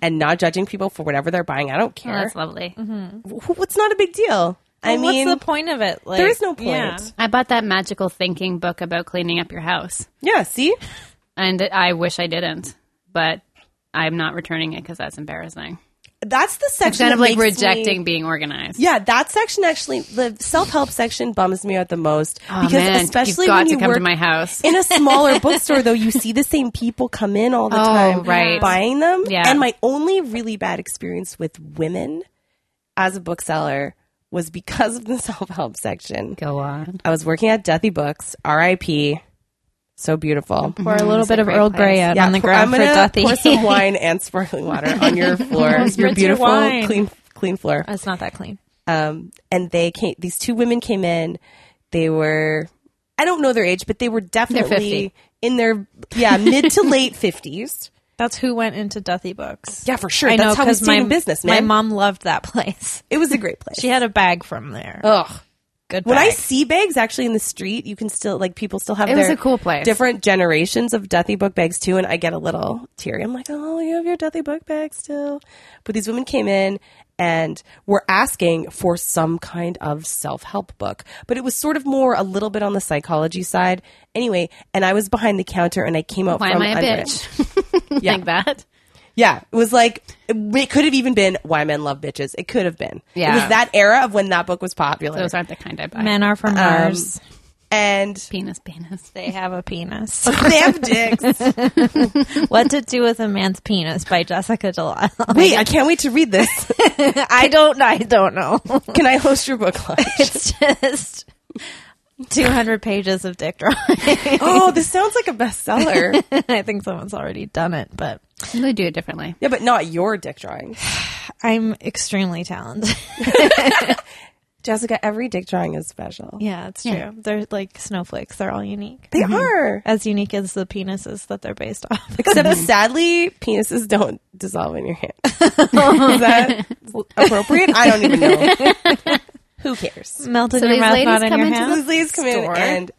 Speaker 2: and not judging people for whatever they're buying. I don't care.
Speaker 1: that's lovely.
Speaker 2: Mm-hmm. Wh- What's not a big deal? I
Speaker 3: well,
Speaker 2: mean,
Speaker 3: what's the point of it? Like,
Speaker 2: there is no point.
Speaker 3: yeah.
Speaker 1: I bought that magical thinking book about cleaning up your house,
Speaker 2: yeah see.
Speaker 1: and I wish I didn't, but I'm not returning it because that's embarrassing.
Speaker 2: That's the section
Speaker 1: It's kind of
Speaker 2: that
Speaker 1: like
Speaker 2: makes me-
Speaker 1: rejecting being organized.
Speaker 2: yeah, that section actually, the self help section bums me out the most
Speaker 1: Oh,
Speaker 2: because
Speaker 1: man,
Speaker 2: especially
Speaker 1: you've got
Speaker 2: when you
Speaker 1: to come
Speaker 2: work
Speaker 1: to my house.
Speaker 2: in a smaller bookstore, though, you see the same people come in all the
Speaker 1: Oh,
Speaker 2: time,
Speaker 1: right.
Speaker 2: Buying them,
Speaker 1: Yeah.
Speaker 2: And my only really bad experience with women as a bookseller was because of the self help section.
Speaker 1: Go on.
Speaker 2: I was working at Deathy Books, R.I.P. So beautiful.
Speaker 3: Pour Mm, a little bit of
Speaker 1: great
Speaker 3: Earl
Speaker 1: place.
Speaker 3: Grey out on the
Speaker 2: pour-
Speaker 3: ground
Speaker 2: I'm
Speaker 3: for
Speaker 2: gonna
Speaker 3: Duthie.
Speaker 2: Pour some wine and sparkling water on your floor,
Speaker 3: Spritz your
Speaker 2: your beautiful
Speaker 3: wine.
Speaker 2: clean clean floor.
Speaker 3: It's not that clean.
Speaker 2: um, and they came. These two women came in. They were, I don't know their age, but they were definitely
Speaker 1: 50.
Speaker 2: in their yeah mid to late fifties.
Speaker 3: That's who went into Duthie Books.
Speaker 2: Yeah, for sure.
Speaker 3: I
Speaker 2: That's
Speaker 3: know
Speaker 2: how we
Speaker 3: because
Speaker 2: stayed
Speaker 3: my
Speaker 2: in business,
Speaker 3: My
Speaker 2: man.
Speaker 3: mom loved that place.
Speaker 2: It was a great place.
Speaker 3: She had a bag from there.
Speaker 2: Ugh.
Speaker 3: Good.
Speaker 2: When I
Speaker 3: bag.
Speaker 2: see bags actually in the street, you can still like people still have.
Speaker 1: It was
Speaker 2: their
Speaker 1: a cool place.
Speaker 2: Different generations of Duthie book bags too, and I get a little teary. I'm like, oh, you have your Duthie book bag still. But these women came in and were asking for some kind of self help book, but it was sort of more a little bit on the psychology side. Anyway, and I was behind the counter and I came out
Speaker 1: Why am
Speaker 2: from
Speaker 1: I a
Speaker 2: under it.
Speaker 1: bitch? like that.
Speaker 2: Yeah, it was like it could have even been why men love bitches. It could have been.
Speaker 1: Yeah.
Speaker 2: it was that era of when that book was popular.
Speaker 1: Those aren't the kind I buy.
Speaker 3: men are from Mars.
Speaker 2: and
Speaker 1: Penis, penis.
Speaker 3: Um, They have a penis.
Speaker 2: they have dicks.
Speaker 3: what to do with a man's penis by Jessica Delisle.
Speaker 2: Wait, I can't wait to read this.
Speaker 3: I don't. I don't know.
Speaker 2: Can I host your book launch?
Speaker 3: it's just two hundred pages of dick drawing.
Speaker 2: oh, this sounds like a bestseller.
Speaker 3: I think someone's already done it, but
Speaker 1: You would do it differently.
Speaker 2: yeah, but not your dick drawing.
Speaker 3: I'm extremely talented.
Speaker 2: Jessica, every dick drawing is special.
Speaker 3: Yeah, it's true.
Speaker 1: Yeah.
Speaker 3: They're like snowflakes. They're all unique.
Speaker 2: They are.
Speaker 3: As unique as the penises that they're based off.
Speaker 2: Except sadly, penises don't dissolve in your hand. is that appropriate? I don't even know. Who cares?
Speaker 3: Melt in
Speaker 1: So
Speaker 3: your
Speaker 1: these
Speaker 3: mouth,
Speaker 1: ladies
Speaker 3: not in
Speaker 1: come
Speaker 3: your
Speaker 1: into
Speaker 3: house.
Speaker 2: These ladies come in
Speaker 3: Store.
Speaker 2: and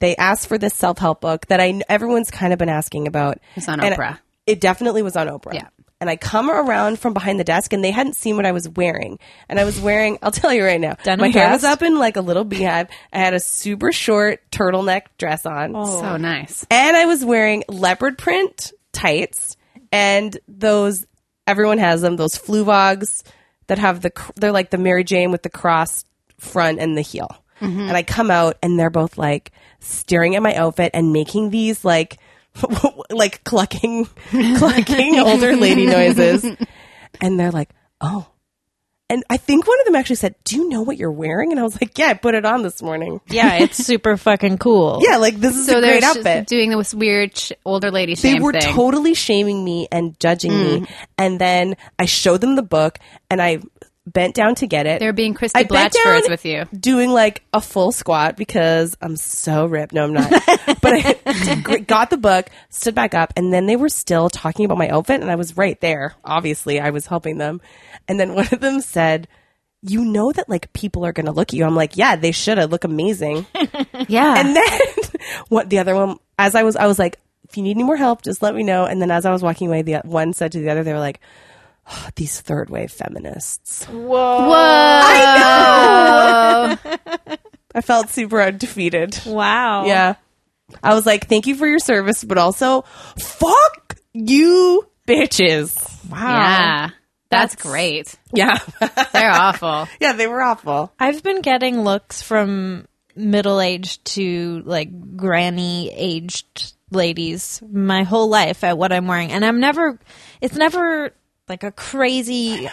Speaker 2: they asked for this self help book that I kn- everyone's kind of been asking about.
Speaker 1: It's on
Speaker 2: And
Speaker 1: Oprah.
Speaker 2: It definitely was on Oprah.
Speaker 1: Yeah.
Speaker 2: And I come around from behind the desk and they hadn't seen what I was wearing. And I was wearing, I'll tell you right now,
Speaker 3: Denim
Speaker 2: my hair was
Speaker 3: dress?
Speaker 2: up in like a little beehive. I had a super short turtleneck dress on.
Speaker 1: So nice.
Speaker 2: And I was wearing leopard print tights and those, everyone has them, those fluvogs that have the, cr- they're like the Mary Jane with the cross front and the heel. And I come out and they're both like staring at my outfit and making these like, like clucking, clucking older lady noises. And they're like, oh. And I think one of them actually said, do you know what you're wearing? And I was like, yeah, I put it on this morning.
Speaker 3: Yeah, it's super fucking cool.
Speaker 2: Yeah, like this is
Speaker 1: So
Speaker 2: a
Speaker 1: they're
Speaker 2: great
Speaker 1: sh-
Speaker 2: outfit.
Speaker 1: doing this weird sh- older lady shame
Speaker 2: they were
Speaker 1: thing. Mm.
Speaker 2: totally shaming me and judging me and then i showed them the book and i bent down to get it
Speaker 1: They're being Christy
Speaker 2: I bent
Speaker 1: Blatchfords
Speaker 2: down-
Speaker 1: with you.
Speaker 2: doing like a full squat because i'm so ripped no i'm not but i gr- got the book stood back up and then they were still talking about my outfit and i was right there obviously i was helping them and then one of them said you know that like people are gonna look at you i'm like yeah they should i look amazing
Speaker 1: Yeah.
Speaker 2: and then what the other one, as I was, I was like, if you need any more help, just let me know. And then as I was walking away, the one said to the other, they were like, oh, these third wave feminists.
Speaker 1: Whoa.
Speaker 2: I felt super defeated.
Speaker 3: Wow.
Speaker 2: Yeah. I was like, thank you for your service, but also, fuck you bitches.
Speaker 3: Wow.
Speaker 1: Yeah. That's, great.
Speaker 2: Yeah.
Speaker 1: They're awful.
Speaker 2: yeah, they were awful.
Speaker 3: I've been getting looks from middle aged to like granny aged ladies my whole life at what I'm wearing. And I'm never, it's never like a crazy,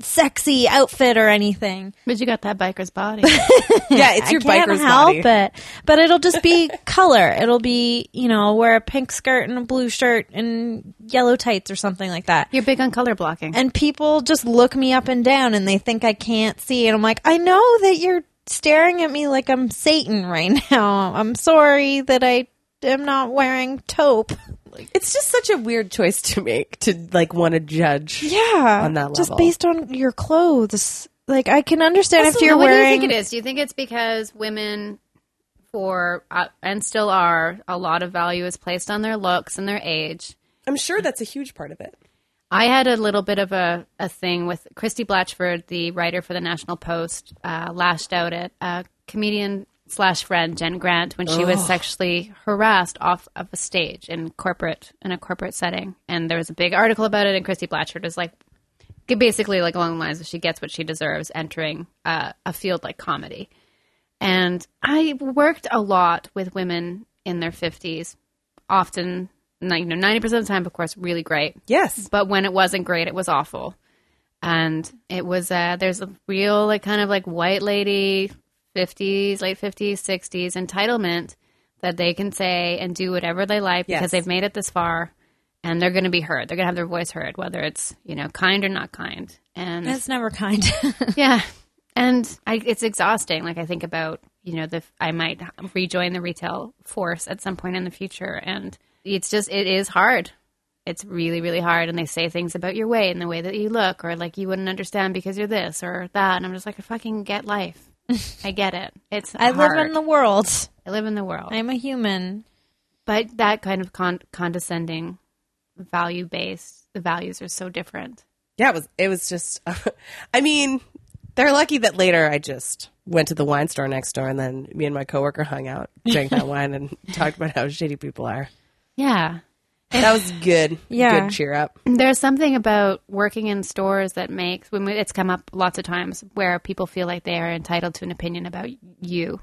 Speaker 3: sexy outfit or anything.
Speaker 1: But you got that biker's body.
Speaker 2: Yeah, it's your
Speaker 3: I can't
Speaker 2: biker's
Speaker 3: help
Speaker 2: body.
Speaker 3: it. But it'll just be color. It'll be, you know, I'll wear a pink skirt and a blue shirt and yellow tights or something like that.
Speaker 1: You're big on color blocking.
Speaker 3: and people just look me up and down and they think I can't see. And I'm like, I know that you're staring at me like I'm Satan right now. I'm sorry that I am not wearing taupe.
Speaker 2: It's just such a weird choice to make to like want to judge.
Speaker 3: Yeah.
Speaker 2: On that
Speaker 3: Just
Speaker 2: level.
Speaker 3: based on your clothes. Like, I can understand if you're
Speaker 1: what do you
Speaker 3: wearing.
Speaker 1: think it is? Do you think it's because women, for uh, and still are, a lot of value is placed on their looks and their age?
Speaker 2: I'm sure that's a huge part of it.
Speaker 1: I had a little bit of a, a thing with Christy Blatchford, the writer for the National Post, uh, lashed out at uh, comedian slash friend Jen Grant when she was sexually harassed off of a stage in corporate in a corporate setting, and there was a big article about it. And Christy Blatchford was like, basically like along the lines of she gets what she deserves entering uh, a field like comedy. And I worked a lot with women in their fifties, often like you know ninety percent of the time, of course, really great
Speaker 2: Yes.
Speaker 1: but when it wasn't great, it was awful. And it was uh, there's a real like kind of like white lady, fifties, late fifties, sixties entitlement that they can say and do whatever they like because
Speaker 2: Yes.
Speaker 1: they've made it this far, and they're going to be heard. They're going to have their voice heard, whether it's you know kind or not kind. And
Speaker 3: That's never kind.
Speaker 1: yeah. And I, it's exhausting. Like I think about, you know, the I might rejoin the retail force at some point in the future, and it's just it is hard. It's really really hard, and they say things about your weight and the way that you look, or like you wouldn't understand because you're this or that. And I'm just like, I fucking get life. I get it. It's
Speaker 3: I live in the world.
Speaker 1: I live in the world,
Speaker 3: I'm a human.
Speaker 1: but that kind of con- condescending, value based. The values are so different.
Speaker 2: yeah, it was it was just. I mean, they're lucky that later I just went to the wine store next door, and then me and my coworker hung out, drank that wine, and talked about how shitty people are.
Speaker 1: Yeah,
Speaker 2: That was good.
Speaker 3: Yeah.
Speaker 2: good cheer up.
Speaker 1: There's something about working in stores that makes when we, it's come up lots of times where people feel like they are entitled to an opinion about you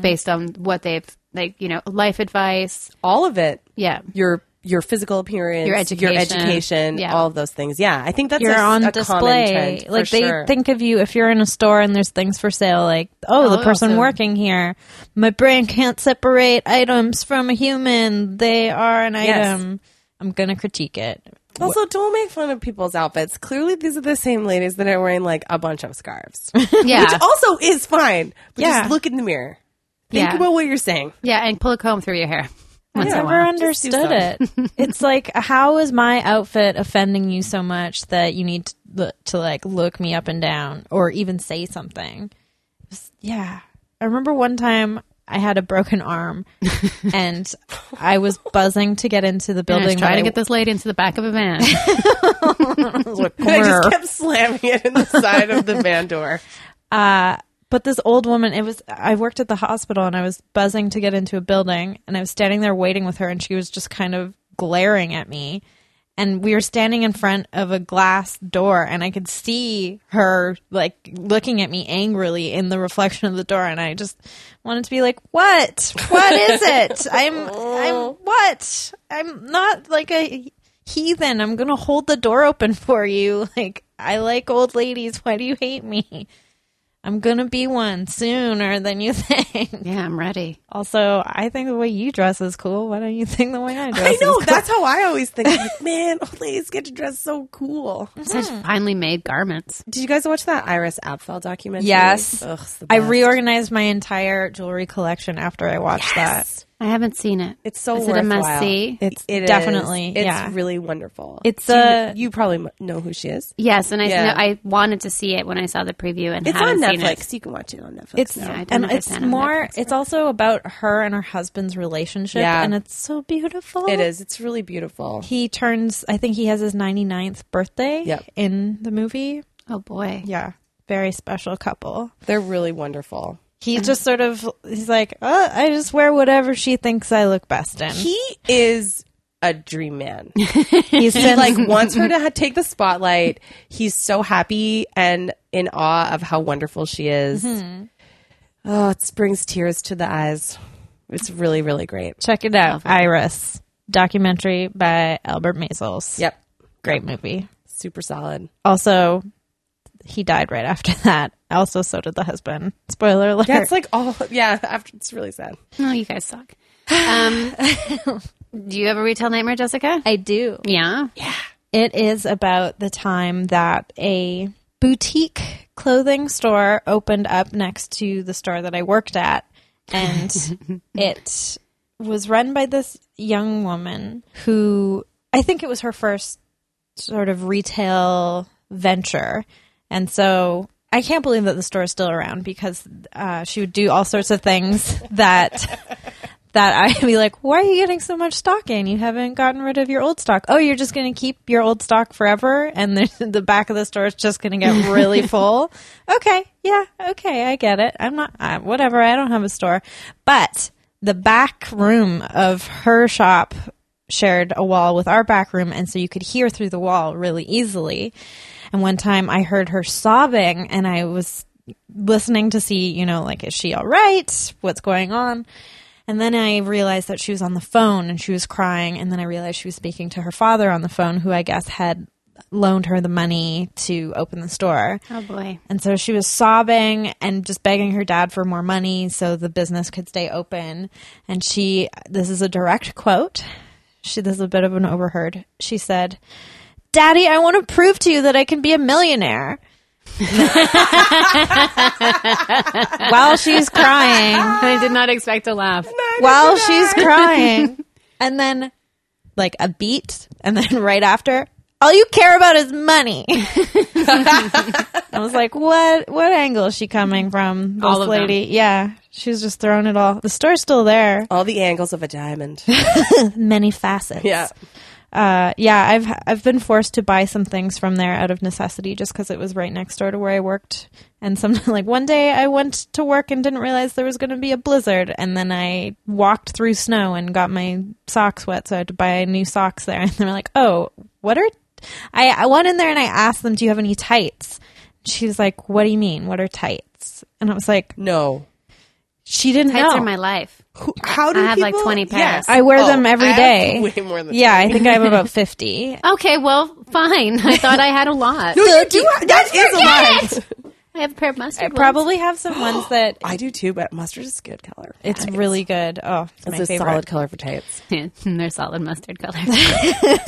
Speaker 1: based on what they've like you know life advice.
Speaker 2: All of it.
Speaker 1: Yeah,
Speaker 2: Your your physical appearance,
Speaker 1: Your
Speaker 2: your
Speaker 1: education.
Speaker 2: education,
Speaker 1: Yeah.
Speaker 2: all of those things. Yeah, I think that's
Speaker 3: you're
Speaker 2: a,
Speaker 3: on
Speaker 2: a
Speaker 3: display.
Speaker 2: Common trend, for
Speaker 3: like they
Speaker 2: sure.
Speaker 3: think of you if you're in a store and there's things for sale. Like, oh, the
Speaker 1: Oh,
Speaker 3: person
Speaker 1: also-
Speaker 3: working here. My brain can't separate items from a human. They are an
Speaker 2: Yes.
Speaker 3: item. I'm gonna critique it.
Speaker 2: Also, don't make fun of people's outfits. Clearly, these are the same ladies that are wearing like a bunch of scarves,
Speaker 1: yeah,
Speaker 2: which also is fine. But
Speaker 3: Yeah.
Speaker 2: just look in the mirror. Think
Speaker 1: Yeah.
Speaker 2: about what you're saying.
Speaker 1: yeah, and pull a comb through your hair.
Speaker 3: I
Speaker 1: Once in a
Speaker 3: never
Speaker 1: while.
Speaker 3: understood
Speaker 2: do
Speaker 3: it. it's like, how is my outfit offending you so much that you need to, to like look me up and down or even say something? was- yeah. I remember one time I had a broken arm and I was buzzing to get into the
Speaker 1: And I was
Speaker 3: building.
Speaker 1: trying
Speaker 3: that
Speaker 1: to
Speaker 3: I-
Speaker 1: get this lady into the back of a van.
Speaker 2: I just kept slamming it in the side of the van door.
Speaker 3: Uh, but this old woman, it was, I worked at the hospital and I was buzzing to get into a building and I was standing there waiting with her and she was just kind of glaring at me. And we were standing in front of a glass door and I could see her like looking at me angrily in the reflection of the door. And I just wanted to be like, what? What is it? I'm, I'm what? I'm not like a heathen. I'm going to hold the door open for you. Like, I like old ladies. Why do you hate me? I'm going to be one sooner than you think.
Speaker 1: yeah, I'm ready.
Speaker 3: Also, I think the way you dress is cool. Why don't you think the way I dress
Speaker 2: I
Speaker 3: is
Speaker 2: know.
Speaker 3: cool?
Speaker 2: That's how I always think. Like, Man, old ladies get to dress so cool.
Speaker 1: Such finely made garments.
Speaker 2: Did you guys watch that Iris Apfel documentary?
Speaker 3: Yes.
Speaker 2: Ugh, it's the
Speaker 3: I
Speaker 2: best.
Speaker 3: reorganized my entire jewelry collection after I watched that.
Speaker 1: I haven't seen it.
Speaker 2: It's so
Speaker 1: Is it a
Speaker 2: worthwhile.
Speaker 1: must see?
Speaker 2: It's
Speaker 3: It
Speaker 2: is.
Speaker 3: definitely-
Speaker 2: It's
Speaker 3: yeah.
Speaker 2: really wonderful.
Speaker 3: It's
Speaker 2: Do you-
Speaker 3: a-
Speaker 2: you, probably m- know who she is.
Speaker 1: Yes, and I
Speaker 2: Yeah.
Speaker 1: know, I wanted to see it when I saw the preview and
Speaker 2: It's on
Speaker 1: haven't seen
Speaker 2: Netflix.
Speaker 1: it.
Speaker 2: You can watch it on Netflix.
Speaker 3: It's
Speaker 1: Yeah, I don't
Speaker 3: and it's
Speaker 1: understand how
Speaker 3: more.
Speaker 1: Netflix
Speaker 3: It's also about her and her husband's relationship,
Speaker 2: Yeah.
Speaker 3: and it's so beautiful.
Speaker 2: it is. It's really beautiful.
Speaker 3: He turns. I think he has his 99th birthday
Speaker 2: Yep.
Speaker 3: in the movie.
Speaker 1: Oh boy.
Speaker 3: Yeah, very special couple.
Speaker 2: They're really wonderful.
Speaker 3: He just sort of he's like, oh, I just wear whatever she thinks I look best in.
Speaker 2: He is a dream man.
Speaker 3: He
Speaker 2: he
Speaker 3: sends
Speaker 2: like wants her to ha- take the spotlight. He's so happy and in awe of how wonderful she is. Oh, it brings tears to the eyes. It's really, really great.
Speaker 3: check it out, Iris documentary by Albert Maisels.
Speaker 2: Yep,
Speaker 3: great movie.
Speaker 2: super solid.
Speaker 3: Also, he died right after that. Also, so did the husband. Spoiler alert.
Speaker 2: That's like all. Yeah, after it's really sad.
Speaker 1: No, you guys suck. Um, do you have a retail nightmare, Jessica?
Speaker 3: I do.
Speaker 1: Yeah.
Speaker 3: It is about the time that a boutique clothing store opened up next to the store that I worked at. And it was run by this young woman who I think it was her first sort of retail venture. And so I can't believe that the store is still around because uh, she would do all sorts of things that that I'd be like, why are you getting so much stock in? You haven't gotten rid of your old stock. Oh, you're just going to keep your old stock forever, and the, the back of the store is just going to get really full. Okay, yeah, okay, I get it. I'm not, I, whatever. I don't have a store, but the back room of her shop shared a wall with our back room, and so you could hear through the wall really easily. And one time, I heard her sobbing, and I was listening to see, you know, like, is she all right? What's going on? And then I realized that she was on the phone and she was crying. And then I realized she was speaking to her father on the phone, who I guess had loaned her the money to open the store.
Speaker 1: Oh boy.
Speaker 3: And so she was sobbing and just begging her dad for more money so the business could stay open. And she, this is a direct quote. She, this is a bit of an overheard. She said, Daddy, I want to prove to you that I can be a millionaire. While she's crying
Speaker 1: I did not expect to laugh.
Speaker 3: while she's crying. And then, like, a beat. And then right after, all you care about is money. I was like, what What angle is she coming from? This
Speaker 1: All of them.
Speaker 3: lady. Yeah. She was just throwing it all. The store's still there.
Speaker 2: All the angles of a diamond.
Speaker 3: Many facets.
Speaker 2: Yeah.
Speaker 3: Uh, yeah, I've I've been forced to buy some things from there out of necessity just because it was right next door to where I worked. And some like one day I went to work and didn't realize there was going to be a blizzard, and then I walked through snow and got my socks wet, so I had to buy new socks there. And they were like, "Oh, what are?" I I went in there and I asked them, "Do you have any tights?" She was like, "What do you mean? What are tights?" And I was like,
Speaker 2: No.
Speaker 3: "She didn't
Speaker 1: Tights
Speaker 3: know."
Speaker 1: are my life.
Speaker 2: Who- How do
Speaker 1: I have, like,
Speaker 2: people-
Speaker 1: 20
Speaker 2: Yeah.
Speaker 1: pairs.
Speaker 3: I wear
Speaker 2: Oh,
Speaker 3: them every
Speaker 2: I
Speaker 3: day.
Speaker 2: have Way more than
Speaker 3: yeah, I think I have about fifty.
Speaker 1: Okay, well, fine. I thought I had a lot.
Speaker 2: No, you do. That is a lot.
Speaker 1: I have a pair of mustard.
Speaker 3: I probably have some ones that
Speaker 2: I do too, but mustard is a good color.
Speaker 3: It's really good. Oh, it's, my
Speaker 2: It's a
Speaker 3: favorite.
Speaker 2: solid color for tights.
Speaker 1: ones. They're solid mustard color.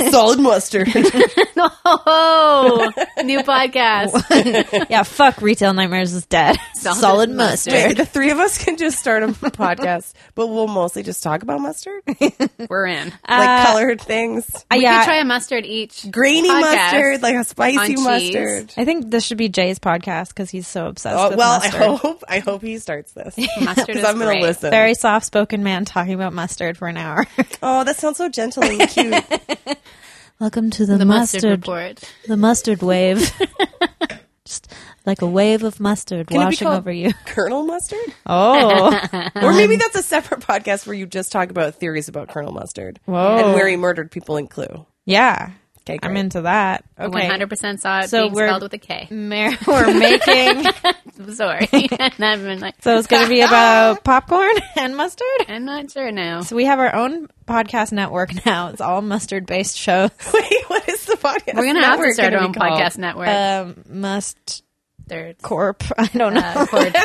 Speaker 2: solid mustard.
Speaker 1: oh, new podcast.
Speaker 3: yeah, fuck retail nightmares is dead. Solid,
Speaker 1: Solid
Speaker 3: mustard.
Speaker 2: Wait, the three of us can just start a podcast, but we'll mostly just talk about mustard, like
Speaker 1: We're in.
Speaker 2: colored things,
Speaker 3: Uh,
Speaker 1: We
Speaker 3: yeah,
Speaker 1: could try a mustard each.
Speaker 2: grainy
Speaker 1: Podcast
Speaker 2: mustard, like a
Speaker 1: on
Speaker 2: spicy
Speaker 1: cheese.
Speaker 2: mustard.
Speaker 3: I think this should be Jay's podcast because he he's so obsessed
Speaker 2: Oh,
Speaker 3: with
Speaker 2: well,
Speaker 3: mustard.
Speaker 2: I hope I hope he starts this
Speaker 1: Mustard
Speaker 2: because
Speaker 1: is
Speaker 2: I'm going
Speaker 1: great.
Speaker 2: to listen.
Speaker 3: Very soft spoken man talking about mustard for an hour.
Speaker 2: oh, that sounds so gentle and cute.
Speaker 3: Welcome to the,
Speaker 1: The mustard,
Speaker 3: mustard,
Speaker 1: report.
Speaker 3: the mustard wave. Just like a wave of mustard
Speaker 2: it be
Speaker 3: washing
Speaker 2: called-
Speaker 3: over you.
Speaker 2: Colonel mustard,
Speaker 3: Oh.
Speaker 1: Uh-huh.
Speaker 2: or maybe that's a separate podcast where you just talk about theories about Colonel Mustard
Speaker 3: Whoa.
Speaker 2: and where he murdered people in Clue.
Speaker 3: yeah.
Speaker 2: Okay,
Speaker 3: I'm
Speaker 2: great.
Speaker 3: into that. Okay.
Speaker 1: 100% saw it
Speaker 3: So
Speaker 1: being
Speaker 3: we're-
Speaker 1: spelled with a K.
Speaker 3: Mar- we're making
Speaker 1: I'm sorry. and I've been like,
Speaker 3: so it's going to be about popcorn and mustard.
Speaker 1: I'm not sure now.
Speaker 3: So we have our own podcast network now. It's all mustard based shows.
Speaker 2: Wait, what is the podcast?
Speaker 1: We're going to have to
Speaker 3: network
Speaker 1: start our
Speaker 3: gonna
Speaker 1: own
Speaker 3: be called?
Speaker 1: podcast network.
Speaker 3: Um, must
Speaker 1: Third.
Speaker 3: corp. I don't know.
Speaker 1: Cord-
Speaker 3: I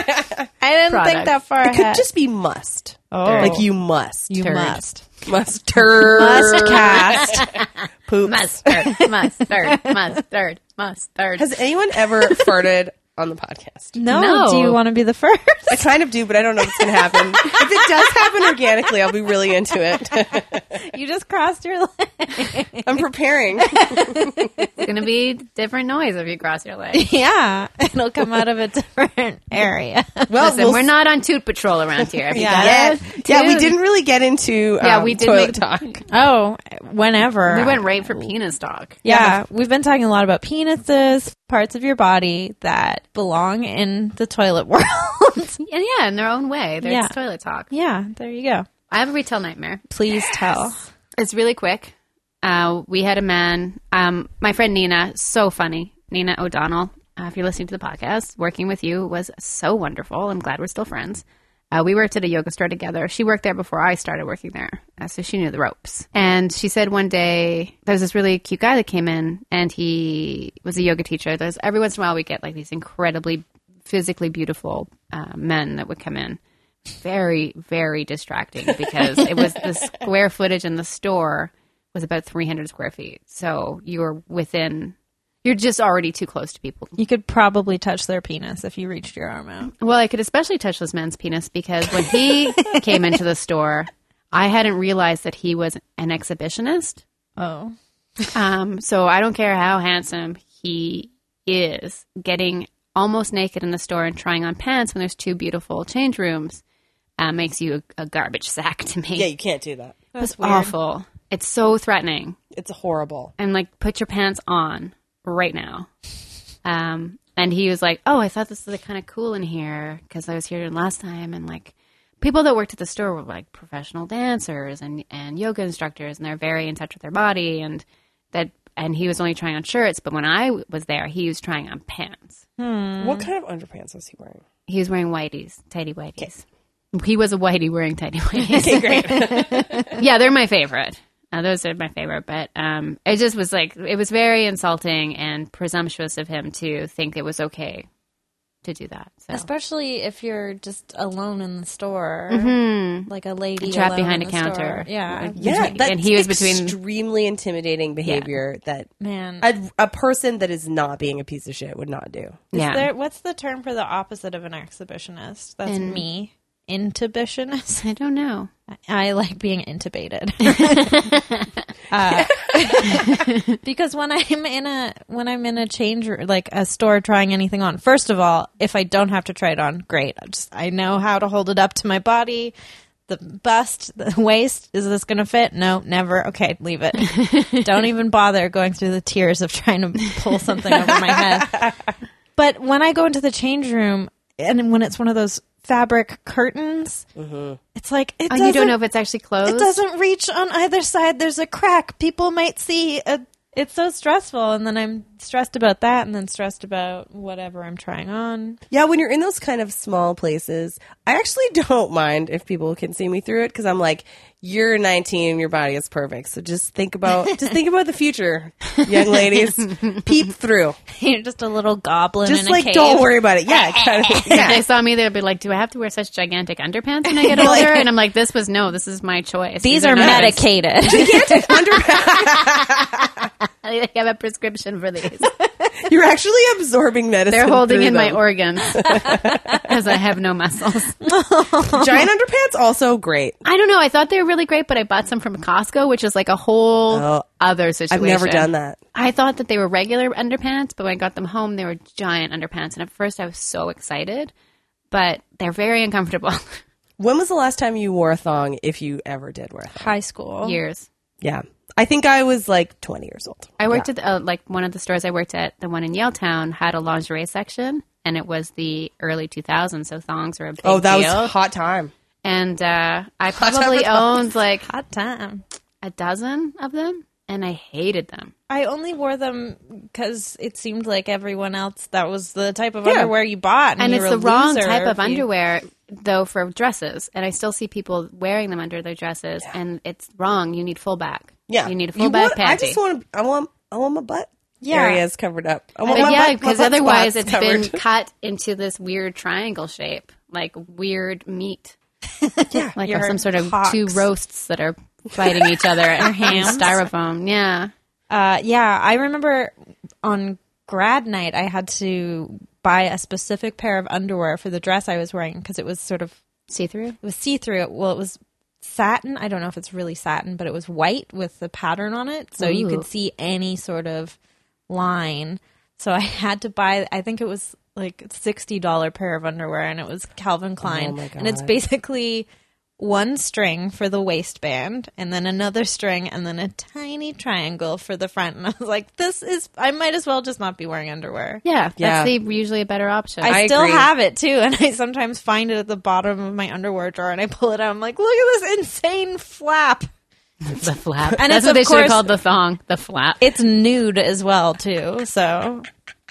Speaker 3: didn't
Speaker 1: product.
Speaker 3: think that far
Speaker 2: it could
Speaker 3: ahead.
Speaker 2: just be must.
Speaker 3: Oh.
Speaker 2: like you must.
Speaker 3: you
Speaker 1: turd.
Speaker 3: must
Speaker 2: mustard.
Speaker 3: must cast.
Speaker 2: Poops.
Speaker 1: mustard. Mustard. Mustard. Mustard.
Speaker 2: Has anyone ever farted on the podcast?
Speaker 3: No,
Speaker 1: No.
Speaker 3: do you want to be the first?
Speaker 2: I kind of do, but I don't know if it's going to happen. if it does happen organically, I'll be really into it.
Speaker 3: you just crossed your line.
Speaker 2: I'm preparing.
Speaker 1: It's going to be different noise if you cross your leg.
Speaker 3: Yeah, it'll come out of a different area.
Speaker 2: Oh, Well,
Speaker 1: Listen, we're not on toot patrol around here. Have you
Speaker 3: Yeah.
Speaker 1: got
Speaker 2: Yeah,
Speaker 1: it?
Speaker 2: yeah we
Speaker 1: Dude.
Speaker 2: didn't really get into um,
Speaker 1: Yeah, we did
Speaker 2: toilet
Speaker 1: make-
Speaker 2: talk.
Speaker 3: Oh, whenever
Speaker 1: We went right for penis talk.
Speaker 3: Yeah, we've been talking a lot about penises, parts of your body that belong in the toilet world.
Speaker 1: And yeah, in their own way. There's
Speaker 3: Yeah.
Speaker 1: toilet talk.
Speaker 3: yeah, there you go.
Speaker 1: I have a retail nightmare.
Speaker 3: Please tell.
Speaker 1: It's really quick. Uh, we had a man, um, my friend Nina, so funny. Nina O'Donnell, uh, if you're listening to the podcast, working with you was so wonderful. I'm glad we're still friends. Uh, we worked at a yoga store together. She worked there before I started working there, uh, so she knew the ropes. And she said one day there was this really cute guy that came in, and he was a yoga teacher. There's every once in a while we get like these incredibly physically beautiful uh, men that would come in very, very distracting because it was the square footage in the store was about 300 square feet. So you're within, you're just already too close to people.
Speaker 3: You could probably touch their penis if you reached your arm out.
Speaker 1: Well, I could especially touch this man's penis because when he came into the store, I hadn't realized that he was an exhibitionist.
Speaker 3: Oh.
Speaker 1: Um, so I don't care how handsome he is, getting almost naked in the store and trying on pants when there's two beautiful change rooms uh, makes you a, a garbage sack to me.
Speaker 2: Yeah, you can't do that.
Speaker 1: It's awful. It's so threatening.
Speaker 2: It's horrible.
Speaker 1: And like, put your pants on right now. Um, and he was like, "Oh, I thought this was like, kind of cool in here because I was here last time." And like, people that worked at the store were like professional dancers and and yoga instructors, and they're very in touch with their body. And that, and he was only trying on shirts, but when I w- was there, he was trying on pants. Mm.
Speaker 2: What kind of underpants was he wearing?
Speaker 1: He was wearing whiteies, tidy whiteies. He was a whitey wearing tidy whiteies. yeah, they're my favorite. Uh, those are my favorite, but um, it just was like it was very insulting and presumptuous of him to think it was okay to do that. So
Speaker 3: Especially if you're just alone in the store, like a lady
Speaker 1: Mm-hmm. trapped
Speaker 3: alone
Speaker 1: behind
Speaker 3: in
Speaker 1: a
Speaker 3: the store.
Speaker 1: counter.
Speaker 3: Yeah,
Speaker 2: Yeah, that's
Speaker 1: and he was between.
Speaker 2: extremely intimidating behavior that
Speaker 3: man.
Speaker 2: a, a person that is not being a piece of shit would not do.
Speaker 1: yeah,
Speaker 3: There- what's the term for the opposite of an exhibitionist? That's me. Intubitionist.
Speaker 1: I don't know.
Speaker 3: I like being intubated. uh, because when I'm in a when I'm in a change r- like a store trying anything on, first of all, if I don't have to try it on, great. I just I know how to hold it up to my body. The bust, the waist, is this going to fit? No, never. Okay, leave it. don't even bother going through the tears of trying to pull something over my head. But when I go into the change room, and when it's one of those fabric curtains, it's like it
Speaker 1: Oh,
Speaker 3: doesn't.
Speaker 1: you don't know if it's actually closed.
Speaker 3: it doesn't reach on either side. There's a crack. People might see. A, it's so stressful, and then I'm stressed about that, and then stressed about whatever I'm trying on.
Speaker 2: Yeah, when you're in those kind of small places, I actually don't mind if people can see me through it because I'm like, you're 19, and your body is perfect. So just think about just think about the future, young ladies. Peep through.
Speaker 3: You're just a little goblin.
Speaker 2: Just
Speaker 3: in a
Speaker 2: like
Speaker 3: cave.
Speaker 2: don't worry about it. Yeah, kind of,
Speaker 1: If
Speaker 2: yeah.
Speaker 1: they saw me, they'd be like, "Do I have to wear such gigantic underpants when I get older?" And I'm like, "This was no. This is my choice.
Speaker 3: These are
Speaker 1: not-
Speaker 3: medicated.
Speaker 1: I think I have a prescription for these.
Speaker 2: You're actually absorbing medicine.
Speaker 1: They're holding
Speaker 2: through
Speaker 1: in my
Speaker 2: them.
Speaker 1: organs. because I have no muscles.
Speaker 2: Giant underpants also great.
Speaker 1: I don't know. I thought they were really great, but I bought some from Costco, which is like a whole
Speaker 2: Oh.
Speaker 1: other situation.
Speaker 2: I've never done that.
Speaker 1: I thought that they were regular underpants, but when I got them home, they were giant underpants. And at first, I was so excited, but they're very uncomfortable.
Speaker 2: When was the last time you wore a thong, if you ever did wear a thong?
Speaker 3: High school.
Speaker 1: Years.
Speaker 2: Yeah. I think I was like 20 years old.
Speaker 1: I worked at the, uh, like one of the stores I worked at, the one in Yaletown, had a lingerie section, and it was the early 2000s, so thongs were a big
Speaker 2: Oh, that
Speaker 1: deal.
Speaker 2: was hot time.
Speaker 1: and uh, I probably owned like
Speaker 3: Hot time.
Speaker 1: a dozen of them, and I hated them.
Speaker 3: I only wore them because it seemed like everyone else that was the type of underwear you bought, and,
Speaker 1: and
Speaker 3: you
Speaker 1: it's
Speaker 3: were a
Speaker 1: the wrong
Speaker 3: loser
Speaker 1: type
Speaker 3: if
Speaker 1: of
Speaker 3: you-
Speaker 1: underwear though for dresses and i still see people wearing them under their dresses and it's wrong you need full back
Speaker 2: Yeah.
Speaker 1: you need a
Speaker 2: You
Speaker 1: full back
Speaker 2: want- I
Speaker 1: panty
Speaker 2: just want I want I want my butt
Speaker 3: Yeah.
Speaker 2: areas covered up. I want
Speaker 1: but
Speaker 2: my
Speaker 1: yeah
Speaker 2: butt- my
Speaker 1: because
Speaker 2: butt
Speaker 1: otherwise
Speaker 2: spots
Speaker 1: it's
Speaker 2: covered.
Speaker 1: been cut into this weird triangle shape like weird meat yeah like or
Speaker 3: Your
Speaker 1: some sort of
Speaker 3: hocks.
Speaker 1: two roasts that are fighting each other and
Speaker 3: hams.
Speaker 1: styrofoam yeah
Speaker 3: Uh, yeah, I remember on grad night, I had to buy a specific pair of underwear for the dress I was wearing because it was sort of
Speaker 1: see through
Speaker 3: it was see through. Well, it was satin. I don't know if it's really satin, but it was white with the pattern on it, so you
Speaker 1: Ooh.
Speaker 3: could see any sort of line. So I had to buy. I think it was like sixty dollar pair of underwear, and it was Calvin Klein,
Speaker 2: Oh my
Speaker 3: and it's
Speaker 2: God.
Speaker 3: basically one string for the waistband and then another string and then a tiny triangle for the front and i was like this is i might as well just not be wearing underwear
Speaker 1: yeah,
Speaker 2: Yeah.
Speaker 1: that's the, usually a better option
Speaker 3: I,
Speaker 2: I
Speaker 3: still
Speaker 2: agree.
Speaker 3: have it too, and I sometimes find it at the bottom of my underwear drawer, and I pull it out. I'm like, look at this insane flap.
Speaker 1: the flap
Speaker 3: And
Speaker 1: and
Speaker 3: it's,
Speaker 1: that's what
Speaker 3: of
Speaker 1: they should have
Speaker 3: course-
Speaker 1: called the thong the flap
Speaker 3: It's nude as well too. So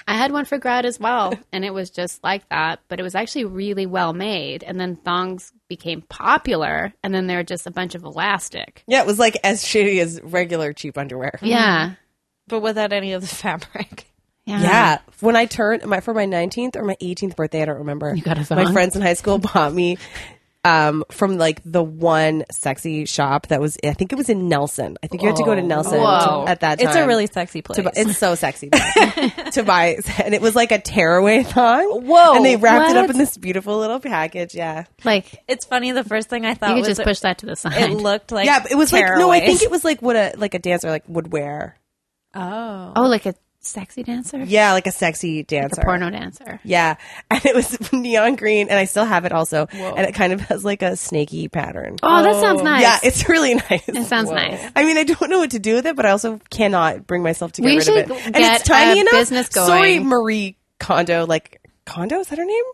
Speaker 1: I had one for grad as well, and it was just like that, but it was actually really well made. And then thongs became popular, and then they were just a bunch of elastic.
Speaker 2: Yeah, it was like as shitty as regular cheap underwear.
Speaker 1: Yeah.
Speaker 3: but without any of the fabric.
Speaker 1: Yeah.
Speaker 2: Yeah. When I turned my for my 19th or my 18th birthday, I don't remember. You
Speaker 1: got a
Speaker 2: My
Speaker 1: thong?
Speaker 2: friends in high school bought me um, from like the one sexy shop that was I think it was in Nelson. I think you had to go to Nelson
Speaker 1: Oh, Whoa.
Speaker 2: to- at that time.
Speaker 3: It's a really sexy place.
Speaker 2: to buy, it's so sexy though, to buy, and it was like a tearaway thong.
Speaker 3: Whoa,
Speaker 2: And they wrapped it up
Speaker 1: what?
Speaker 2: in this beautiful little package. Yeah,
Speaker 1: Like,
Speaker 3: It's funny. The first thing I thought
Speaker 1: you
Speaker 3: was
Speaker 1: could just
Speaker 3: it,
Speaker 1: push that to the
Speaker 3: it
Speaker 1: side.
Speaker 3: looked like
Speaker 2: yeah, but it was like no, I
Speaker 3: tearaways.
Speaker 2: think it was like what a like a dancer like would wear.
Speaker 3: oh
Speaker 1: oh, like a sexy dancer?
Speaker 2: Yeah, like a sexy
Speaker 1: Like
Speaker 2: dancer.
Speaker 1: a porno dancer.
Speaker 2: Yeah, and it was neon green, and I still have it also, and it kind of has like a snaky pattern.
Speaker 1: Oh, that sounds nice.
Speaker 2: Yeah, it's really nice. It
Speaker 1: sounds Whoa. nice.
Speaker 2: I mean, I don't know what to do with it, but I also cannot bring myself to get
Speaker 1: We
Speaker 2: rid of
Speaker 1: should
Speaker 2: it. And
Speaker 1: get
Speaker 2: it's tiny
Speaker 1: a
Speaker 2: enough.
Speaker 1: business going.
Speaker 2: Sorry, Marie Kondo. Like Kondo is that her name?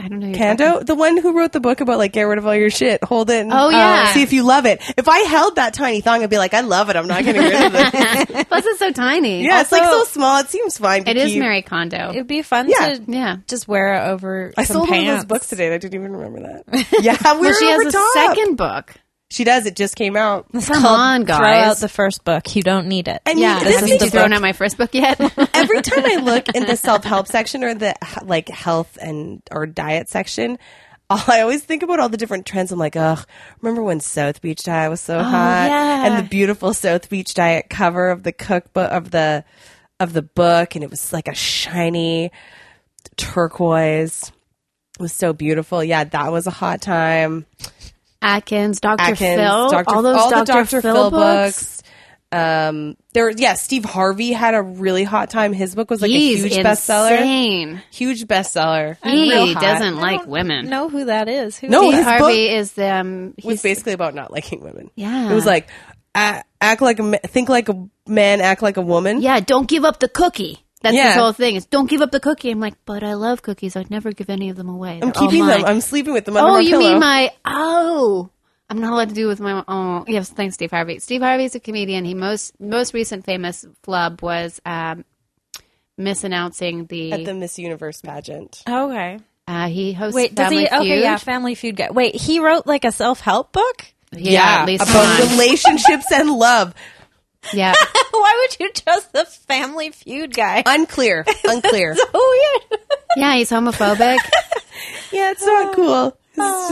Speaker 1: I don't know. who you're talking-
Speaker 2: Kondo, the one who wrote the book about like get rid of all your shit, hold it. And, uh,
Speaker 1: Oh, yeah.
Speaker 2: see if you love it. If I held that tiny thong, I'd be like, I love it. I'm not getting rid of it. yeah,
Speaker 1: Plus, it's so tiny.
Speaker 2: it's like so small. It seems fine. to
Speaker 1: It is
Speaker 2: keep.
Speaker 1: Mary Kondo.
Speaker 3: it'd be fun
Speaker 2: Yeah.
Speaker 3: to
Speaker 1: Yeah.
Speaker 3: just wear it over.
Speaker 2: I
Speaker 3: some
Speaker 2: sold one of those
Speaker 3: pants.
Speaker 2: books today. and I didn't even remember that. Yeah,
Speaker 1: Well,
Speaker 2: we were
Speaker 1: she has
Speaker 2: over
Speaker 1: a
Speaker 2: top.
Speaker 1: second book.
Speaker 2: She does. It just came out.
Speaker 1: Come on, guys.
Speaker 3: Throw out the first book. You don't need it.
Speaker 2: I mean,
Speaker 1: yeah.
Speaker 2: this
Speaker 1: Have
Speaker 2: is
Speaker 1: you
Speaker 2: the
Speaker 1: thrown
Speaker 2: book.
Speaker 1: out my first book yet?
Speaker 2: every time I look in the self help section or the like health and or diet section, all- I always think about all the different trends. I'm like, ugh, remember when South Beach diet was so hot,
Speaker 1: yeah.
Speaker 2: and the beautiful South Beach diet cover of the cookbook of the of the book, and it was like a shiny turquoise. It was so beautiful. Yeah, that was a hot time.
Speaker 1: Atkins, Dr.
Speaker 2: Atkins,
Speaker 1: Phil,
Speaker 2: Dr.
Speaker 1: all those
Speaker 2: the
Speaker 1: Dr. Phil, books.
Speaker 2: Um, there, yeah, Steve Harvey had a really hot time. His book was like
Speaker 1: He's
Speaker 2: a huge bestseller.
Speaker 1: insane. Hmm.
Speaker 2: Huge bestseller.
Speaker 1: He
Speaker 2: Real hot.
Speaker 1: doesn't
Speaker 3: I
Speaker 1: like
Speaker 3: don't
Speaker 1: women.
Speaker 3: Know who that is? Who
Speaker 2: No,
Speaker 3: is
Speaker 2: his
Speaker 3: that?
Speaker 1: Harvey is the um,
Speaker 2: It was
Speaker 1: he's,
Speaker 2: basically about not liking women.
Speaker 1: Yeah.
Speaker 2: it was like a- act like a ma- think like a man, act like a woman.
Speaker 1: yeah. Don't give up the cookie. That's
Speaker 2: Yeah.
Speaker 1: his whole thing. Is don't give up the cookie. I'm like, but I love cookies. I'd never give any of them away.
Speaker 2: I'm
Speaker 1: They're all
Speaker 2: keeping them.
Speaker 1: mine."
Speaker 2: I'm sleeping with them. Under
Speaker 1: oh,
Speaker 2: my
Speaker 1: you
Speaker 2: pillow.
Speaker 1: mean my oh? I'm not allowed to do with my oh. Yes, thanks, Steve Harvey. Steve Harvey's a comedian. He most most recent famous flub was um, misanouncing the,
Speaker 2: at the Miss Universe pageant?
Speaker 3: Okay.
Speaker 1: uh, he hosts
Speaker 3: Wait, does
Speaker 1: Family
Speaker 3: he? Okay,
Speaker 1: Feud.
Speaker 3: yeah, Family Feud guy. Wait, he wrote like a self help book.
Speaker 1: yeah, at least
Speaker 2: about
Speaker 1: one.
Speaker 2: relationships and love.
Speaker 1: yeah.
Speaker 3: Why would you chose the Family Feud guy?
Speaker 2: Unclear, unclear.
Speaker 3: Oh yeah.
Speaker 1: Yeah, he's homophobic.
Speaker 2: yeah, it's not cool.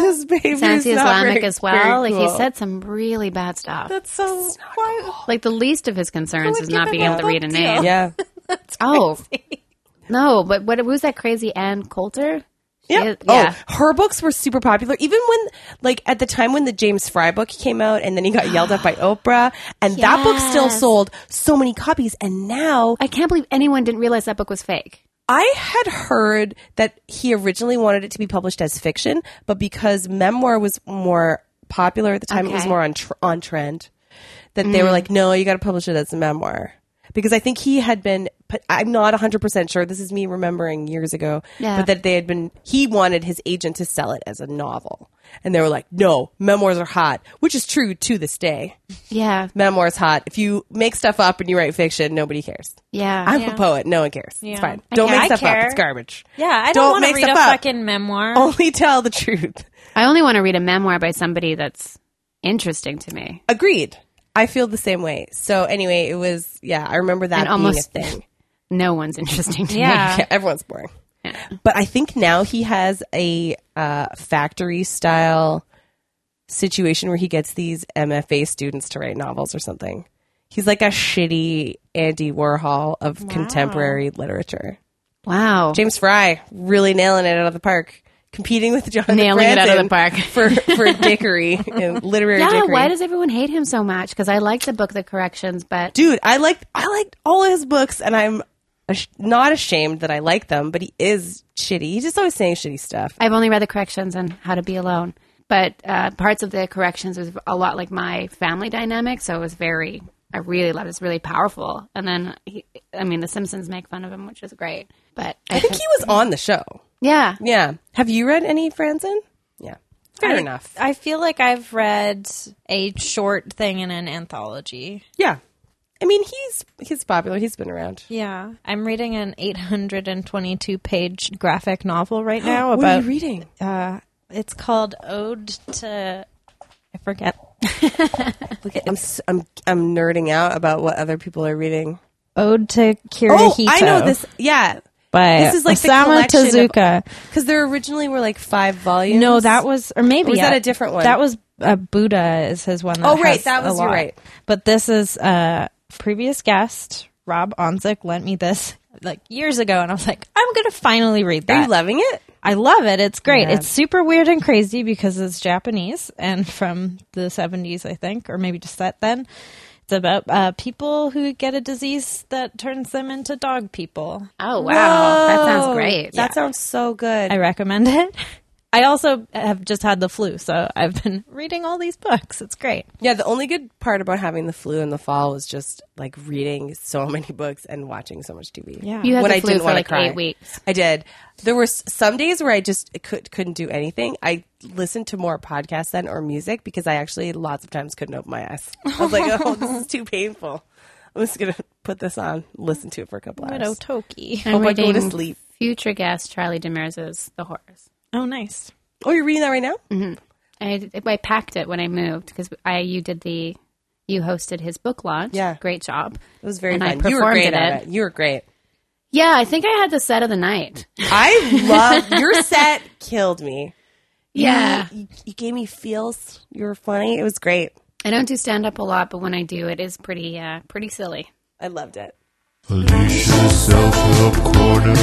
Speaker 2: His, his behavior Oh. is
Speaker 1: Sounds
Speaker 2: not
Speaker 1: Islamic
Speaker 2: very-
Speaker 1: as
Speaker 2: very
Speaker 1: well. Like he
Speaker 2: cool.
Speaker 1: said some really bad stuff.
Speaker 3: That's so. Why?
Speaker 1: Like the least of his concerns
Speaker 3: would
Speaker 1: is
Speaker 3: give
Speaker 1: not
Speaker 3: him
Speaker 1: being
Speaker 3: a
Speaker 1: able to
Speaker 3: book
Speaker 1: read a
Speaker 3: deal?
Speaker 1: name.
Speaker 2: Yeah.
Speaker 1: Oh no, but what who's that crazy Ann Coulter?
Speaker 2: Yeah.
Speaker 1: Yeah.
Speaker 2: Oh, her books were super popular. Even when, like, at the time when the James Fry book came out, and then he got yelled at by Oprah, and that book still
Speaker 3: Yes.
Speaker 2: sold so many copies. And now
Speaker 1: I can't believe anyone didn't realize that book was fake.
Speaker 2: I had heard that he originally wanted it to be published as fiction, but because memoir was more popular at the time, it was
Speaker 1: Okay. Mm.
Speaker 2: more on tr- on trend. That they were like, no, you got to publish it as a memoir because I think he had been. But I'm not 100 percent sure. This is me remembering years ago,
Speaker 1: Yeah.
Speaker 2: but that they had been. He wanted his agent to sell it as a novel, and they were like, no, memoirs are hot, which is true to this day.
Speaker 1: Yeah.
Speaker 2: Memoirs hot. If you make stuff up and you write fiction, nobody cares.
Speaker 1: Yeah.
Speaker 2: I'm a poet. No one cares. It's fine. Don't
Speaker 3: care-
Speaker 2: make
Speaker 3: I
Speaker 2: stuff up.
Speaker 3: care.
Speaker 2: It's garbage.
Speaker 3: Yeah, I don't, want to
Speaker 2: make
Speaker 3: read a
Speaker 2: stuff up. Oh,
Speaker 3: fucking memoir.
Speaker 2: Only tell the truth.
Speaker 1: I only want to read a memoir by somebody that's interesting to me.
Speaker 2: Agreed. I feel the same way. So anyway, it was yeah. I remember that
Speaker 1: And
Speaker 2: being
Speaker 1: almost-
Speaker 2: a thing.
Speaker 1: No one's interesting to me.
Speaker 3: Yeah.
Speaker 2: Yeah, everyone's boring. But I think now he has a uh, factory style situation where he gets these MFA students to write novels or something. He's like a shitty Andy Warhol of contemporary literature.
Speaker 1: Wow.
Speaker 2: James Fry really nailing it out of the park, competing with Jonathan
Speaker 1: Nailing it out of the
Speaker 2: Franzen
Speaker 1: park.
Speaker 2: for for dickery and literary
Speaker 1: Yeah,
Speaker 2: dickery.
Speaker 1: why does everyone hate him so much? Because I like the book, The Corrections, but
Speaker 2: Dude, I like I liked all of his books, and I'm ash- not ashamed that I like them. But he is shitty. He's just always saying shitty stuff.
Speaker 1: I've only read The Corrections and How to Be Alone. But uh, parts of The Corrections was a lot like my family dynamic, so it was very, I really loved it. It's really powerful. And then, he, I mean, The Simpsons make fun of him, which is great. But I,
Speaker 2: I think he was on the show.
Speaker 1: yeah,
Speaker 2: Yeah. Have you read any Franzen? Yeah. Fair enough.
Speaker 3: I feel like I've read a short thing in an anthology.
Speaker 2: Yeah. I mean, he's he's popular. He's been around.
Speaker 3: Yeah, I'm reading an 822 page graphic novel right now
Speaker 2: What are
Speaker 3: about.
Speaker 2: you reading?
Speaker 3: Uh, it's called Ode to. I forget.
Speaker 2: I'm s- I'm I'm nerding out about what other people are reading.
Speaker 3: Ode to
Speaker 2: Oh,
Speaker 3: Kirihito.
Speaker 2: I know this. Yeah.
Speaker 3: By
Speaker 2: This is like the
Speaker 3: Osamu
Speaker 2: collection of-
Speaker 3: Tezuka.
Speaker 2: Because there originally were like five volumes.
Speaker 3: No, that was or maybe
Speaker 2: Or was that
Speaker 3: uh,
Speaker 2: a different one?
Speaker 3: That was uh, Buddha is his one. That
Speaker 2: Oh, right,
Speaker 3: has
Speaker 2: that was-
Speaker 3: a
Speaker 2: you're
Speaker 3: lot.
Speaker 2: right.
Speaker 3: But this is uh, previous guest Rob Onzik lent me this like years ago, and I was like, I'm gonna finally read
Speaker 2: Are
Speaker 3: that.
Speaker 2: you loving it?
Speaker 3: I love it. It's great. It's super weird and crazy because it's Japanese and from the 70s, I think, or maybe just that then. It's about uh, people who get a disease that turns them into dog people.
Speaker 1: Oh wow, that sounds
Speaker 2: Whoa.
Speaker 1: great.
Speaker 2: That sounds so good.
Speaker 3: I recommend it. I also have just had the flu, so I've been reading all these books. It's great.
Speaker 2: yeah, the only good part about having the flu in the fall was just like reading so many books and watching so much TV.
Speaker 3: Yeah.
Speaker 1: you had
Speaker 2: When
Speaker 1: the
Speaker 2: I
Speaker 1: flu
Speaker 2: didn't
Speaker 1: for
Speaker 2: wanna
Speaker 1: like
Speaker 2: cry.
Speaker 1: eight weeks.
Speaker 2: I did. There were s- some days where I just could, couldn't do anything. I listened to more podcasts then or music because I actually lots of times couldn't open my eyes. I was like, oh, this is too painful. I'm just going to put this on, listen to it for a couple
Speaker 3: Widow
Speaker 2: hours. Oh,
Speaker 3: Toki.
Speaker 1: I'm
Speaker 2: Hope I go to
Speaker 1: reading
Speaker 2: sleep.
Speaker 1: future guest Charlie Demers' The Horrors.
Speaker 3: Oh, nice.
Speaker 2: Oh, you're reading that right now?
Speaker 1: I, I packed it when I moved because I you did the you hosted his book launch.
Speaker 2: Yeah.
Speaker 1: great job.
Speaker 2: It was very
Speaker 1: And I
Speaker 2: fun. You were
Speaker 1: performed
Speaker 2: great
Speaker 1: in it.
Speaker 2: at it. You were great.
Speaker 1: Yeah, I think I had the set of the night.
Speaker 2: I love your set. Killed me.
Speaker 1: Yeah,
Speaker 2: you, you gave me feels. You were funny. It was great.
Speaker 1: I don't do stand up a lot, but when I do, it is pretty uh, pretty silly.
Speaker 2: I loved it.
Speaker 4: Police yourself a quarter.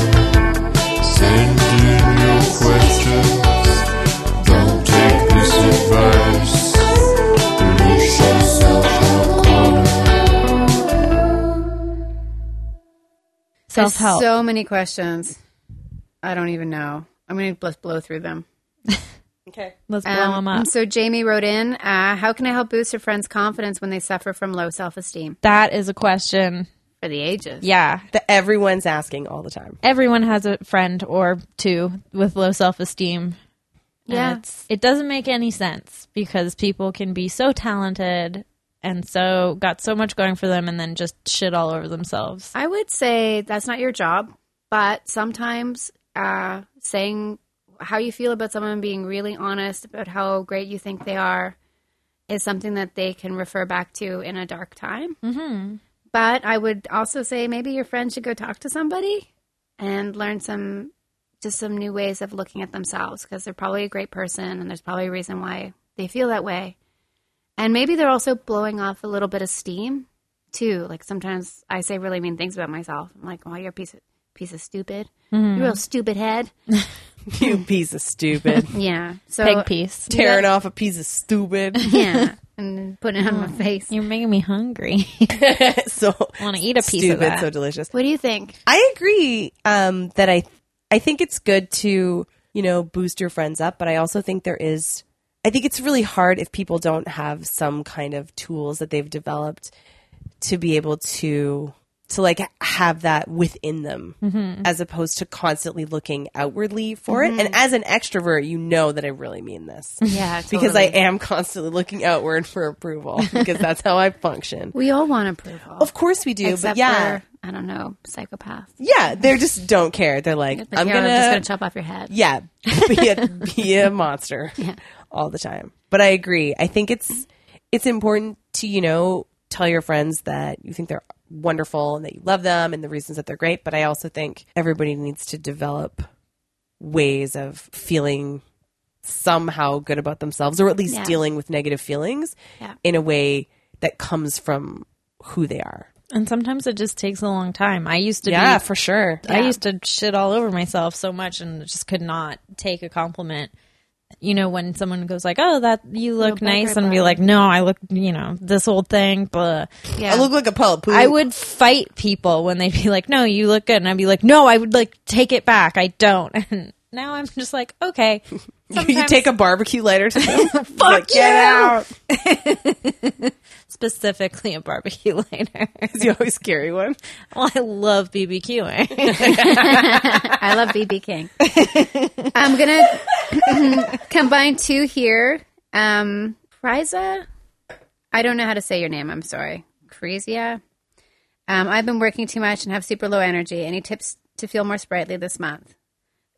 Speaker 4: Send in your questions. Don't take this advice. Police yourself a quarter.
Speaker 1: There's
Speaker 3: Self help.
Speaker 1: So many questions. I don't even know. I'm gonna just blow through them.
Speaker 2: Okay.
Speaker 3: Let's blow
Speaker 1: Um,
Speaker 3: them up.
Speaker 1: So Jamie wrote in, uh, "How can I help boost a friend's confidence when they suffer from low self-esteem
Speaker 3: That is a question.
Speaker 1: for the ages?"
Speaker 3: Yeah.
Speaker 2: That everyone's asking all the time.
Speaker 3: Everyone has a friend or two with low self esteem.
Speaker 1: Yeah.
Speaker 3: It's, it doesn't make any sense because people can be so talented and so got so much going for them and then just shit all over themselves.
Speaker 1: I would say that's not your job, but sometimes uh, saying how you feel about someone, being really honest about how great you think they are, is something that they can refer back to in a dark time. Mm-hmm. But I would also say maybe your friend should go talk to somebody and learn some just some new ways of looking at themselves because they're probably a great person and there's probably a reason why they feel that way. And maybe they're also blowing off a little bit of steam too. Like sometimes I say really mean things about myself. I'm like, "Oh, you're a piece of piece of stupid. You're a real stupid head."
Speaker 2: you piece of stupid.
Speaker 1: Yeah. So
Speaker 3: Peg piece.
Speaker 2: Tearing off a piece of stupid.
Speaker 1: Yeah. And then put it on my face.
Speaker 3: You're making me hungry.
Speaker 2: so
Speaker 3: Want to eat a piece of
Speaker 2: stupid,
Speaker 3: that?
Speaker 2: so delicious.
Speaker 1: What do you think?
Speaker 2: I agree um, that I I think it's good to you know boost your friends up, but I also think there is I think it's really hard if people don't have some kind of tools that they've developed to be able to to like have that within them
Speaker 1: Mm-hmm.
Speaker 2: as opposed to constantly looking outwardly for it and as an extrovert you know that i really mean this
Speaker 1: Yeah.
Speaker 2: because i am constantly looking outward for approval because that's how i function
Speaker 1: we all want approval.
Speaker 2: of course we do
Speaker 1: Except
Speaker 2: but yeah
Speaker 1: for, I don't know, psychopaths.
Speaker 2: yeah, they just don't care. They're like,
Speaker 1: Like,
Speaker 2: I'm
Speaker 1: "Yo,
Speaker 2: gonna,
Speaker 1: just gonna chop off your head.
Speaker 2: yeah, be a, be a monster all the time. But I agree. I think it's it's important to you know tell your friends that you think they're wonderful and that you love them and the reasons that they're great. But I also think everybody needs to develop ways of feeling somehow good about themselves or at least
Speaker 1: Yeah.
Speaker 2: dealing with negative feelings
Speaker 1: Yeah.
Speaker 2: in a way that comes from who they are.
Speaker 3: and sometimes it just takes a long time. I used to
Speaker 2: Yeah,
Speaker 3: be
Speaker 2: for sure.
Speaker 3: I
Speaker 1: Yeah.
Speaker 3: used to shit all over myself so much and just could not take a compliment. You know, when someone goes like, "Oh, that you look
Speaker 1: baker
Speaker 3: nice," and be
Speaker 1: bun.
Speaker 3: like, "No, I look, you know, this old thing." Blah.
Speaker 1: Yeah.
Speaker 2: I look like a pope.
Speaker 3: I would fight people when they'd be like, "No, you look good," and I'd be like, "No, I would like take it back. I don't." And now I'm just like, "Okay,
Speaker 2: you
Speaker 3: sometimes
Speaker 2: take a barbecue lighter to them. Fuck
Speaker 3: you!
Speaker 2: Get out!
Speaker 3: specifically a barbecue lighter."
Speaker 2: 'Cause you always carry one.
Speaker 3: well, I love BBQing.
Speaker 1: I love BB King. I'm gonna combine two here. Um, Priza, I don't know how to say your name. I'm sorry, Crazia. Um, I've been working too much and have super low energy. Any tips to feel more sprightly this month?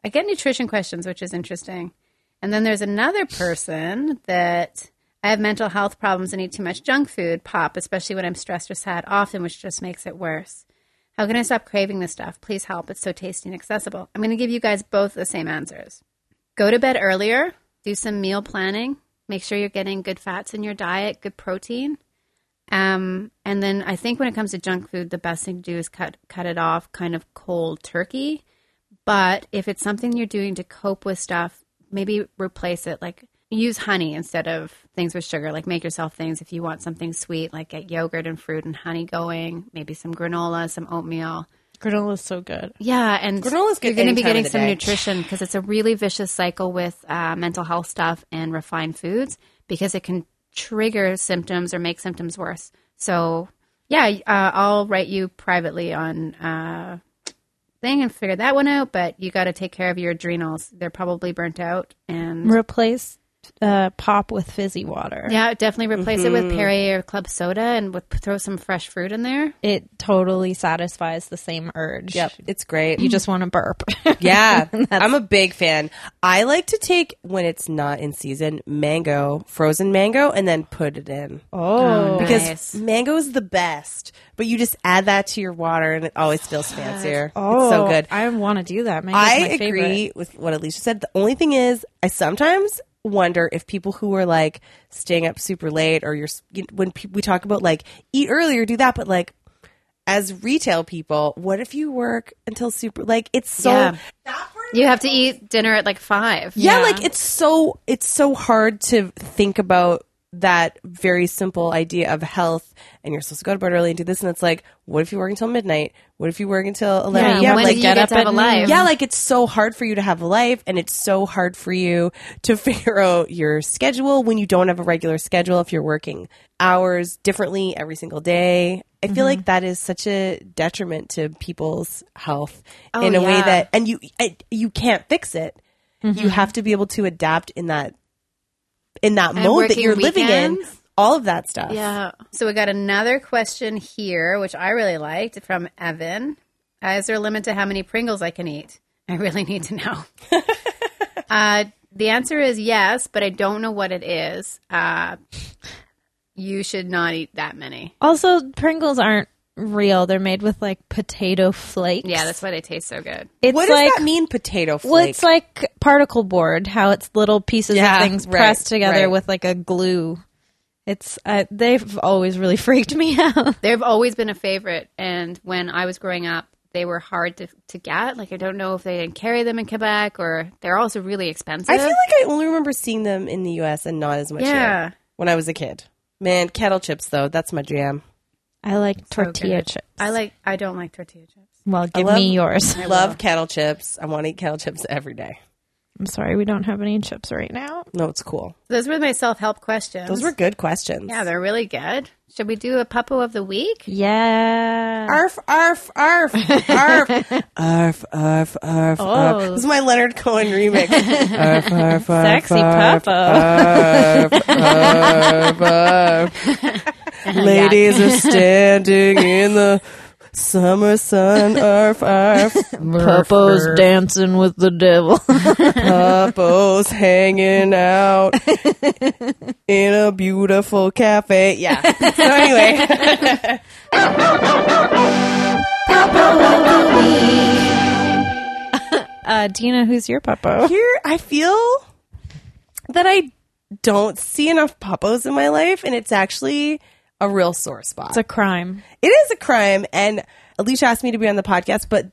Speaker 1: I get nutrition questions, which is interesting. And then there's another person that I have mental health problems and eat too much junk food, pop, especially when I'm stressed or sad, often, which just makes it worse. How can I stop craving this stuff? Please help. It's so tasty and accessible. I'm going to give you guys both the same answers. Go to bed earlier, do some meal planning, make sure you're getting good fats in your diet, good protein. Um, and then I think when it comes to junk food, the best thing to do is cut cut it off kind of cold turkey. But if it's something you're doing to cope with stuff, maybe replace it like use honey instead of things with sugar. Like make yourself things if you want something sweet, like get yogurt and fruit and honey going, maybe some granola, some oatmeal.
Speaker 3: Granola is so good.
Speaker 1: Yeah, and
Speaker 2: Granola's good
Speaker 1: you're going to
Speaker 2: any
Speaker 1: be
Speaker 2: time of
Speaker 1: getting
Speaker 2: the
Speaker 1: some
Speaker 2: day.
Speaker 1: nutrition because it's a really vicious cycle with uh, mental health stuff and refined foods because it can trigger symptoms or make symptoms worse. So, yeah, uh, I'll write you privately on uh, thing and figure that one out. But you got to take care of your adrenals; they're probably burnt out. And
Speaker 3: Replace uh, pop with fizzy water.
Speaker 1: yeah, definitely replace it
Speaker 2: Mm-hmm.
Speaker 1: with Perrier or club soda and with, throw some fresh fruit in there.
Speaker 3: It totally satisfies the same urge.
Speaker 2: it's great.
Speaker 3: You just want to burp.
Speaker 2: yeah, I'm a big fan. I like to take when it's not in season mango, frozen mango, and then put it in
Speaker 3: oh.
Speaker 2: because
Speaker 1: Nice.
Speaker 2: mango is the best. But you just add that to your water, and it always feels fancier.
Speaker 3: Oh,
Speaker 2: it's so good.
Speaker 3: I want to do that. Mango's
Speaker 2: I
Speaker 3: my
Speaker 2: agree
Speaker 3: favorite.
Speaker 2: with what Alicia said. The only thing is, I sometimes wonder if people who are like staying up super late or you're you, when pe- we talk about like eat earlier, do that, but like as retail people, what if you work until super like it's so
Speaker 1: Yeah. You have to eat dinner at like five.
Speaker 2: yeah, like it's so it's so hard to think about that very simple idea of health and you're supposed to go to bed early and do this and it's like what if you work until midnight what if you work until 11
Speaker 1: Yeah, when
Speaker 2: like
Speaker 1: do you get to have a
Speaker 3: and-
Speaker 1: life?
Speaker 2: yeah, like it's so hard for you to have a life and it's so hard for you to figure out your schedule when you don't have a regular schedule if you're working hours differently every single day. I
Speaker 1: Mm-hmm.
Speaker 2: feel like that is such a detriment to people's health in a way
Speaker 1: Oh, yeah.
Speaker 2: that and you I, you can't fix it.
Speaker 1: Mm-hmm.
Speaker 2: You have to be able to adapt in that in that mode that
Speaker 1: working
Speaker 2: you're living in.
Speaker 1: weekends.
Speaker 2: All of that stuff.
Speaker 1: Yeah. So we got another question here, which I really liked from Evan. Uh, is there a limit to how many Pringles I can eat? I really need to know. uh, the answer is yes, but I don't know what it is. Uh, you should not eat that many.
Speaker 3: Also, Pringles aren't real. They're made with like potato flakes.
Speaker 1: Yeah, that's why they taste so good.
Speaker 3: it's
Speaker 2: What does
Speaker 3: like,
Speaker 2: that mean, potato flake?
Speaker 3: Well, it's like particle board, how it's little pieces
Speaker 2: Yeah,
Speaker 3: of things
Speaker 2: right,
Speaker 3: pressed together
Speaker 2: right.
Speaker 3: with like a glue. It's uh, they've always really freaked me out.
Speaker 1: They've always been a favorite. And when I was growing up, they were hard to, to get. Like I don't know if they didn't carry them in Quebec or they're also really expensive.
Speaker 2: I feel like I only remember seeing them in the U.S. and not as much here
Speaker 1: Yeah.
Speaker 2: when I was a kid. Man, kettle chips though, that's my jam.
Speaker 3: I like tortilla
Speaker 1: good.
Speaker 3: chips.
Speaker 1: I like I don't like tortilla chips.
Speaker 3: Well, give
Speaker 2: love-
Speaker 3: me yours.
Speaker 2: I love kettle chips. I want to eat kettle chips every day.
Speaker 3: I'm sorry, we don't have any chips right now.
Speaker 2: No, it's cool.
Speaker 1: Those were my self help questions.
Speaker 2: Those were good questions.
Speaker 1: yeah, they're really good. Should we do a puppo of the week?
Speaker 3: Yeah.
Speaker 2: Arf, arf, arf, arf, arf, arf, arf, arf. This is my Leonard Cohen remix. arf, arf, arf,
Speaker 3: Sexy
Speaker 2: arf, Arf, arf, arf. Ladies are standing in the summer sun. Arf, arf.
Speaker 3: Popo's dancing with the devil.
Speaker 2: Popo's hanging out in a beautiful cafe. Yeah. So anyway,
Speaker 3: uh, Dina, who's your popo?
Speaker 2: here I feel that I don't see enough popos in my life, and it's actually a real sore spot.
Speaker 3: It's a crime.
Speaker 2: it is a crime, and Alicia asked me to be on the podcast, but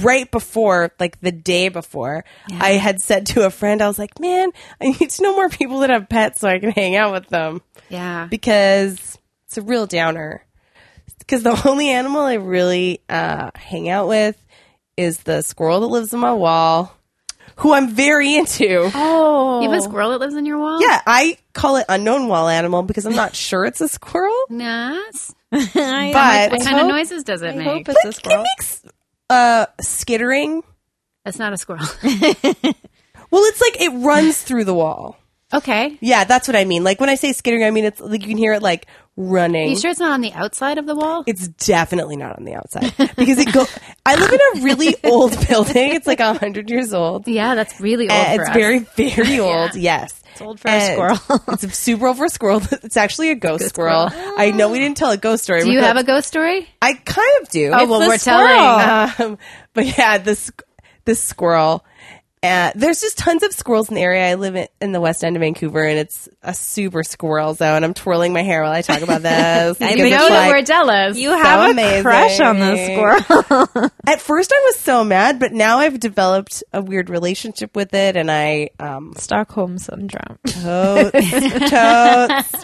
Speaker 2: right before, like the day before, I had said to a friend, I was like, "Man, I need to know more people that have pets so I can hang out with them."
Speaker 1: Yeah.
Speaker 2: because it's a real downer. Because the only animal I really uh, hang out with is the squirrel that lives on my wall, who I'm very into.
Speaker 1: Oh. You have a squirrel that lives in your wall?
Speaker 2: Yeah, I call it unknown wall animal because I'm not sure it's a squirrel,
Speaker 1: Nice.
Speaker 2: but
Speaker 1: What
Speaker 2: it
Speaker 1: kind
Speaker 3: hope-
Speaker 1: of noises does it make?
Speaker 3: it's a squirrel.
Speaker 2: makes uh, skittering.
Speaker 1: That's not a squirrel.
Speaker 2: Well, it's like it runs through the wall.
Speaker 1: okay.
Speaker 2: Yeah, that's what I mean. Like when I say skittering, I mean it's like you can hear it like running.
Speaker 1: You sure it's not on the outside of the wall?
Speaker 2: It's definitely not on the outside because it go. I live in a really old building. It's like hundred years old.
Speaker 1: yeah, that's really old.
Speaker 2: Uh,
Speaker 1: for
Speaker 2: it's
Speaker 1: us.
Speaker 2: very, very old. Yes, it's
Speaker 3: old for a squirrel.
Speaker 2: it's super old for a squirrel. It's actually a ghost squirrel. I know we didn't tell a ghost story.
Speaker 1: Do you have a ghost story?
Speaker 2: I kind of do.
Speaker 1: Oh,
Speaker 2: It's
Speaker 1: well,
Speaker 2: the
Speaker 1: we're uh.
Speaker 2: Um, but yeah, this this squirrel. Uh, there's just tons of squirrels in the area. I live in, in the west end of Vancouver, and it's a super squirrel zone. I'm twirling my hair while I talk about this. It's
Speaker 1: I
Speaker 2: gonna
Speaker 1: know that
Speaker 2: be like-
Speaker 1: we're jealous.
Speaker 3: You have a
Speaker 2: amazing.
Speaker 3: crush on the squirrel.
Speaker 2: at first I was so mad, but now I've developed a weird relationship with it, and I um,
Speaker 3: Stockholm syndrome.
Speaker 2: totes, totes.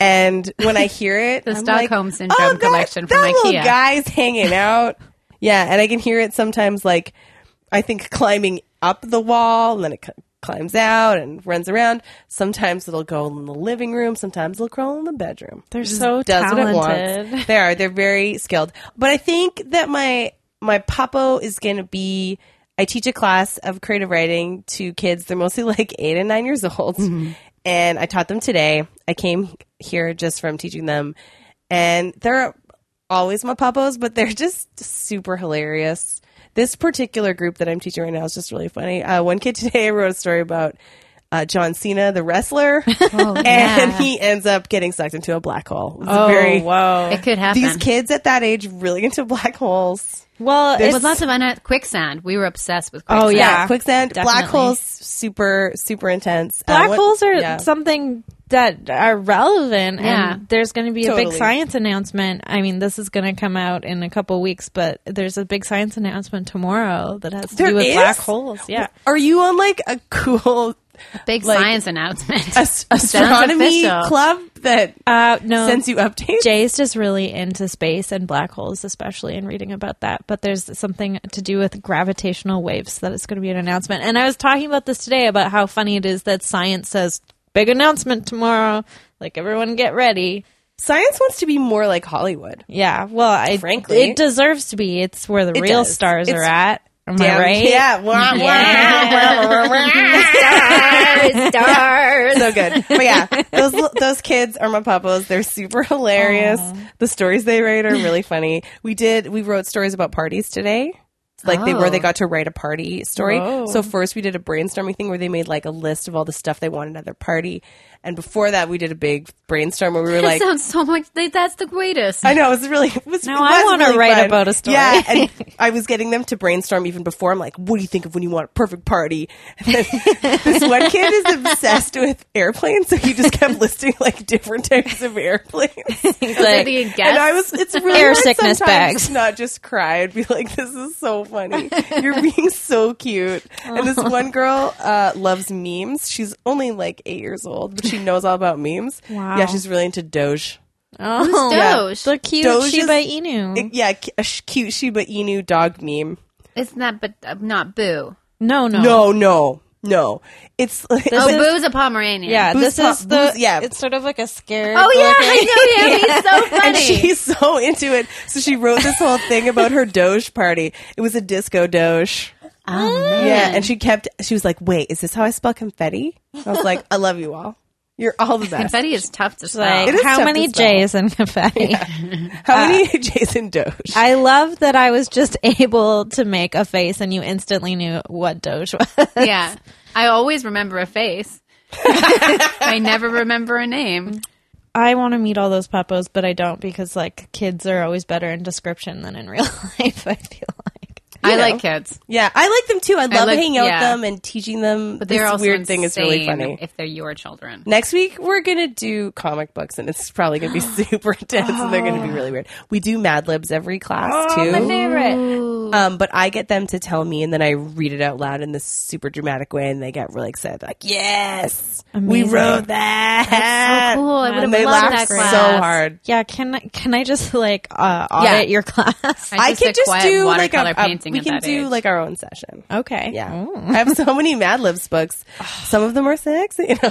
Speaker 2: And when I hear it,
Speaker 1: The
Speaker 2: I'm
Speaker 1: Stockholm
Speaker 2: like,
Speaker 1: Syndrome
Speaker 2: "Oh, that-
Speaker 1: collection
Speaker 2: that
Speaker 1: from
Speaker 2: little
Speaker 1: IKEA."
Speaker 2: Guys hanging out, yeah, and I can hear it sometimes. Like I think climbing up the wall, and then it c- climbs out and runs around. Sometimes it'll go in the living room. Sometimes it'll crawl in the bedroom.
Speaker 3: They're so
Speaker 2: does what it
Speaker 3: talented.
Speaker 2: wants. They are. They're very skilled. But I think that my my papo is going to be. I teach a class of creative writing to kids. They're mostly like eight and nine years old, and I taught them today. I came here just from teaching them, and they're always my papos, but they're just super hilarious. This particular group that I'm teaching right now is just really funny. Uh, one kid today wrote a story about uh, John Cena, the wrestler, and he ends up getting sucked into a black hole. It's
Speaker 3: Oh,
Speaker 2: very
Speaker 3: wow.
Speaker 1: It could happen.
Speaker 2: these kids at that age really get into black holes.
Speaker 3: Well,
Speaker 1: It
Speaker 3: it's,
Speaker 1: was lots of unearthed quicksand. We were obsessed with quicksand.
Speaker 3: Oh, yeah.
Speaker 2: quicksand, black
Speaker 3: definitely.
Speaker 2: holes, super super intense. Uh,
Speaker 3: black
Speaker 2: what-
Speaker 3: holes are
Speaker 2: yeah.
Speaker 3: something that are relevant
Speaker 1: Yeah.
Speaker 3: and there's going to be a
Speaker 2: Totally.
Speaker 3: big science announcement i mean this is going to come out in a couple weeks but there's a big science announcement tomorrow that has to
Speaker 2: There
Speaker 3: do with
Speaker 2: is?
Speaker 3: black holes yeah
Speaker 2: Are you on like a cool
Speaker 1: Big
Speaker 2: Like-
Speaker 1: science announcement.
Speaker 2: as- astronomy
Speaker 1: official.
Speaker 2: club that
Speaker 3: uh no
Speaker 2: sends you updates?
Speaker 3: Jay's just really into space and black holes, especially and reading about that. But there's something to do with gravitational waves that is going to be an announcement. And I was talking about this today about how funny it is that science says big announcement tomorrow, like everyone get ready.
Speaker 2: Science wants to be more like Hollywood.
Speaker 3: Yeah, well, I
Speaker 2: Frankly.
Speaker 3: it deserves to be. It's where the
Speaker 2: It
Speaker 3: real
Speaker 2: does.
Speaker 3: stars
Speaker 2: It's
Speaker 3: are at. Am I
Speaker 2: Damn-
Speaker 3: right?
Speaker 2: Yeah. Wah, wah, wah, wah, wah, wah.
Speaker 1: Stars.
Speaker 2: so good. But yeah, those those kids are my puppos. They're super hilarious. The stories they write are really funny. We did we wrote stories about parties today. Like they where they
Speaker 1: Oh.
Speaker 2: got to write a party story.
Speaker 3: Whoa.
Speaker 2: So first we did a brainstorming thing where they made like a list of all the stuff they wanted at their party. And before that, we did a big brainstorm where we were
Speaker 1: That
Speaker 2: like,
Speaker 1: sounds so much. They, that's the greatest.
Speaker 2: I know it was really. It was,
Speaker 3: Now
Speaker 2: it
Speaker 3: I
Speaker 2: was
Speaker 3: wanna
Speaker 2: really
Speaker 3: write
Speaker 2: fun.
Speaker 3: about a story.
Speaker 2: Yeah, and I was getting them to brainstorm even before. I'm like, what do you think of when you want a perfect party? And then this one kid is obsessed with airplanes, so he just kept listing like different types of airplanes.
Speaker 3: He's like,
Speaker 1: Maybe a guess.
Speaker 2: And I was, it's really
Speaker 3: Air
Speaker 2: hard
Speaker 3: sickness
Speaker 2: sometimes
Speaker 3: bags.
Speaker 2: to Not just cry. I'd be like, this is so funny. You're being so cute. And
Speaker 3: Oh.
Speaker 2: this one girl uh, loves memes. She's only like eight years old, but she knows all about memes.
Speaker 3: Wow.
Speaker 2: Yeah, she's really into Doge.
Speaker 3: oh,
Speaker 1: Doge?
Speaker 3: the cute
Speaker 2: Doge is-
Speaker 3: Shiba Inu.
Speaker 2: Yeah, c- a sh- cute Shiba Inu dog meme.
Speaker 1: Isn't that but uh, not Boo?
Speaker 3: no, no,
Speaker 2: No, no, no. It's like,
Speaker 1: Oh,
Speaker 3: is-
Speaker 1: Boo's a Pomeranian.
Speaker 3: Yeah,
Speaker 2: Boost
Speaker 3: this
Speaker 2: pop-
Speaker 3: is the
Speaker 2: boost- yeah.
Speaker 3: It's sort of like a scary.
Speaker 1: Oh yeah,
Speaker 3: looking-
Speaker 1: I know him. He's so funny.
Speaker 2: and she's so into it. So she wrote this whole thing about her Doge party. It was a disco Doge.
Speaker 1: oh man.
Speaker 2: Yeah, and she kept. She was like, "Wait, is this how I spell confetti?" I was like, "I love you all. You're all the best."
Speaker 1: Confetti is tough to spell.
Speaker 3: Like,
Speaker 2: It is
Speaker 3: how
Speaker 2: tough
Speaker 3: many
Speaker 2: to spell.
Speaker 3: J's in confetti?
Speaker 2: How many Jason Doge?
Speaker 3: I love that I was just able to make a face and you instantly knew what Doge was.
Speaker 1: yeah. I always remember a face. I never remember a name.
Speaker 3: I want to meet all those papos, but I don't because like kids are always better in description than in real life. I feel like
Speaker 1: I
Speaker 2: know.
Speaker 1: like kids,
Speaker 2: Yeah, I like them too. I love
Speaker 1: like-
Speaker 2: hanging out with
Speaker 1: yeah.
Speaker 2: them and teaching them.
Speaker 1: but
Speaker 2: this
Speaker 1: they're also
Speaker 2: weird thing is really
Speaker 1: insane
Speaker 2: funny.
Speaker 1: if they're your children.
Speaker 2: Next week we're gonna do comic books, and it's probably gonna be super intense, and they're gonna be really weird. We do Mad Libs every class
Speaker 1: Oh,
Speaker 2: too.
Speaker 3: favorite.
Speaker 2: Um, but I get them to tell me, and then I read it out loud in this super dramatic way, and they get really excited. Like, yes, we
Speaker 3: Amazing.
Speaker 2: wrote that.
Speaker 1: so cool. I would've
Speaker 2: and they
Speaker 1: loved that
Speaker 2: laughed so
Speaker 1: class.
Speaker 2: hard.
Speaker 3: Yeah, can I can I just like uh, audit your class?
Speaker 1: I
Speaker 2: I
Speaker 1: just
Speaker 2: could
Speaker 1: did
Speaker 2: just
Speaker 1: quiet
Speaker 2: do like a,
Speaker 1: watercolor
Speaker 2: a-
Speaker 1: painting
Speaker 2: we
Speaker 1: at
Speaker 2: can
Speaker 1: that
Speaker 2: do
Speaker 1: age.
Speaker 2: like our own session.
Speaker 3: okay,
Speaker 2: Yeah,
Speaker 3: Ooh.
Speaker 2: I have so many Mad Libs books. Some of them are sexy. You know?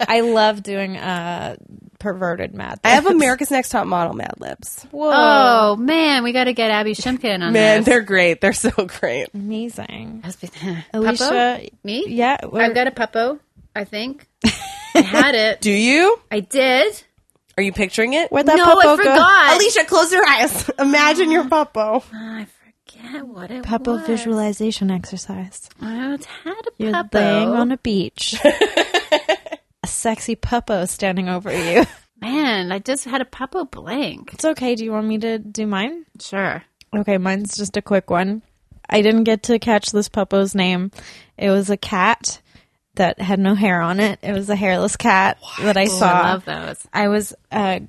Speaker 3: I love doing uh, perverted math.
Speaker 2: I have America's Next Top Model Mad Libs.
Speaker 3: Whoa,
Speaker 1: Oh man, we got to get Abby Shimkin on
Speaker 2: Man,
Speaker 1: this.
Speaker 2: they're great. They're so great.
Speaker 3: amazing,
Speaker 1: Husband-
Speaker 3: Alicia.
Speaker 1: Puppo? me?
Speaker 3: Yeah,
Speaker 1: I've got a puppo. I think I had it.
Speaker 2: Do you?
Speaker 1: I did.
Speaker 2: Are you picturing it?
Speaker 3: where that
Speaker 1: no,
Speaker 3: Puppo
Speaker 1: I forgot.
Speaker 2: Alicia, close your eyes. Imagine your popo.
Speaker 1: Ah, I forget what it
Speaker 3: Puppo
Speaker 1: was.
Speaker 3: visualization exercize.
Speaker 1: I had a
Speaker 3: You're
Speaker 1: puppo.
Speaker 3: laying on a beach. a sexy puppo standing over you.
Speaker 1: Man, I just had a puppo blank.
Speaker 3: It's okay. Do you want me to do mine?
Speaker 1: Sure.
Speaker 3: Okay, mine's just a quick one. I didn't get to catch this puppo's name. It was a cat that had no hair on it. It was a hairless cat that Oh, I saw.
Speaker 1: Oh, I love those.
Speaker 3: I was uh,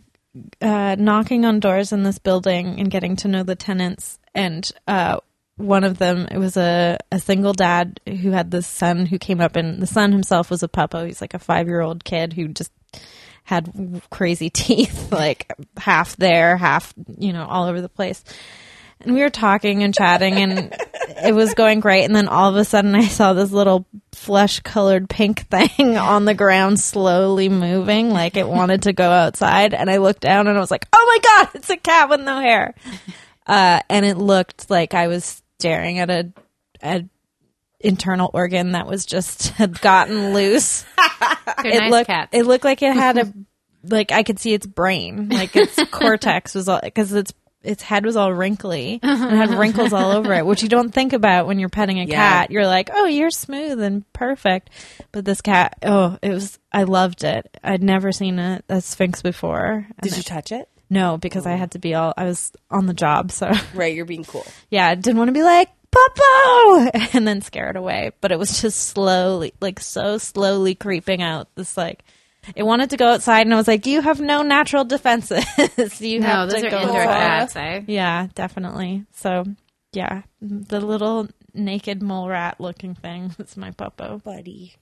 Speaker 3: uh, knocking on doors in this building and getting to know the tenants. And uh, one of them, it was a, a single dad who had this son who came up, and the son himself was a puppo. He's like a five year old kid who just had w- crazy teeth, like half there, half, you know, all over the place. And we were talking and chatting, and it was going great. And then all of a sudden, I saw this little flesh colored pink thing on the ground, slowly moving, like it wanted to go outside. And I looked down and I was like, oh my God, it's a cat with no hair. Uh, and it looked like I was staring at a, a internal organ that was just had gotten loose.
Speaker 1: They're
Speaker 3: It
Speaker 1: nice
Speaker 3: looked,
Speaker 1: cats.
Speaker 3: it looked like it had a, like I could see its brain, like its cortex was all because its its head was all wrinkly and had wrinkles all over it, which you don't think about when you're petting a
Speaker 2: Yeah.
Speaker 3: cat. You're like, oh, you're smooth and perfect, but this cat, oh, it was. I loved it. I'd never seen a, a sphinx before. And
Speaker 2: Did you touch it?
Speaker 3: no, because I had to be all. I was on the job, so
Speaker 2: Right, you're being cool.
Speaker 3: yeah, I didn't want to be like Puppo and then scare it away. But it was just slowly, like so slowly creeping out. This like it wanted to go outside, and I was like, "You have no natural defenses. you
Speaker 1: no,
Speaker 3: have
Speaker 1: those
Speaker 3: to
Speaker 1: are
Speaker 3: go
Speaker 1: indoor
Speaker 3: outside."
Speaker 1: cats. I
Speaker 3: Yeah, definitely. So yeah, the little naked mole rat looking thing is my Puppo.
Speaker 2: Buddy.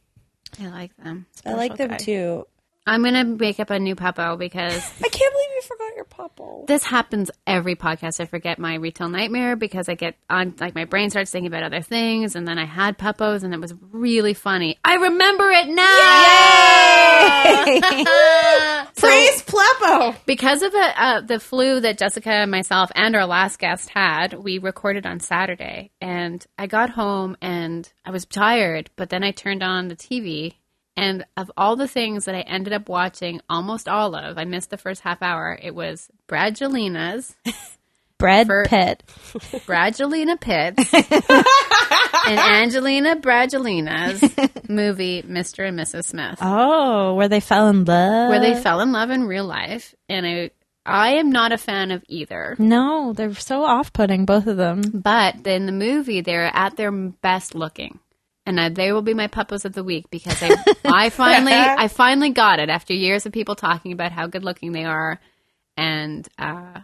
Speaker 1: I like them.
Speaker 2: I like them
Speaker 3: guy.
Speaker 2: too.
Speaker 1: I'm gonna make up a new puppo because
Speaker 2: I can't believe you forgot your popo.
Speaker 1: this happens every podcast. I forget my retail nightmare because I get on like my brain starts thinking about other things, and then I had puppos, and it was really funny. I remember it now. So-
Speaker 2: Praise Plepo.
Speaker 1: because of the uh, the flu that Jessica and myself and our last guest had, we recorded on Saturday, and I got home and I was tired, but then I turned on the TV, and of all the things that I ended up watching, almost all of, I missed the first half hour. It was Bradgelina's
Speaker 3: Bread
Speaker 1: For-
Speaker 3: pit.
Speaker 1: Bradgelina Pitts and Angelina Bradgelina's movie Mr. and Mrs. Smith,
Speaker 3: Oh, where they fell in love.
Speaker 1: where they fell in love in real life. And I, I am not a fan of either.
Speaker 3: No, they're so off-putting, both of them.
Speaker 1: But in the movie, they're at their best looking, and I, they will be my puppos of the week because I, I finally, I finally got it after years of people talking about how good looking they are, and uh,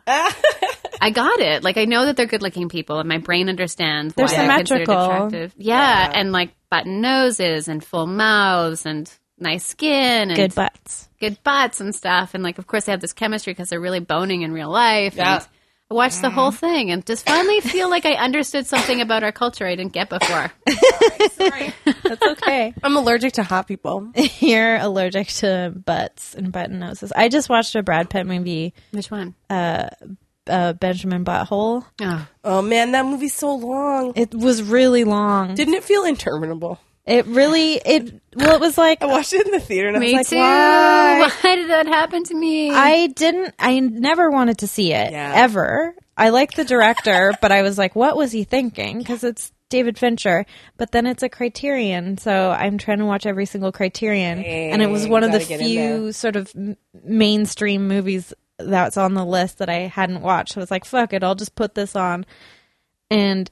Speaker 1: I got it. Like I know that they're good looking people, and my brain understands
Speaker 3: They're
Speaker 1: why they're considered
Speaker 3: symmetrical.
Speaker 1: attractive. Yeah, and like button noses and full mouths and nice skin and
Speaker 3: Good butts.
Speaker 1: good butts and stuff. And like, of course, they have this chemistry because they're really boning in real life.
Speaker 2: Yeah.
Speaker 1: And I watched the
Speaker 3: Mm.
Speaker 1: whole thing and just finally feel like I understood something about our culture I didn't get before.
Speaker 3: That's okay.
Speaker 2: I'm allergic to hot people.
Speaker 3: You're allergic to butts and button noses. I just watched a Brad Pitt movie,
Speaker 1: Which one?
Speaker 3: uh, Benjamin Butthole.
Speaker 1: Oh,
Speaker 2: Oh man, that movie's so long.
Speaker 3: It was really long.
Speaker 2: Didn't it feel interminable?
Speaker 3: It really it well it was like
Speaker 2: I watched it in the theater and I was
Speaker 1: me
Speaker 2: like,
Speaker 1: too.
Speaker 2: why?
Speaker 1: Why? did that happen to me?
Speaker 3: I didn't I never wanted to see it
Speaker 2: Yeah.
Speaker 3: ever. I liked the director, but I was like what was he thinking? Cuz it's David Fincher, but then it's a Criterion, so I'm trying to watch every single Criterion. and it was
Speaker 2: Dang,
Speaker 3: one of the
Speaker 2: gotta get in
Speaker 3: few sort of m- mainstream movies that's on the list that I hadn't watched. So I was like, fuck it, I'll just put this on. And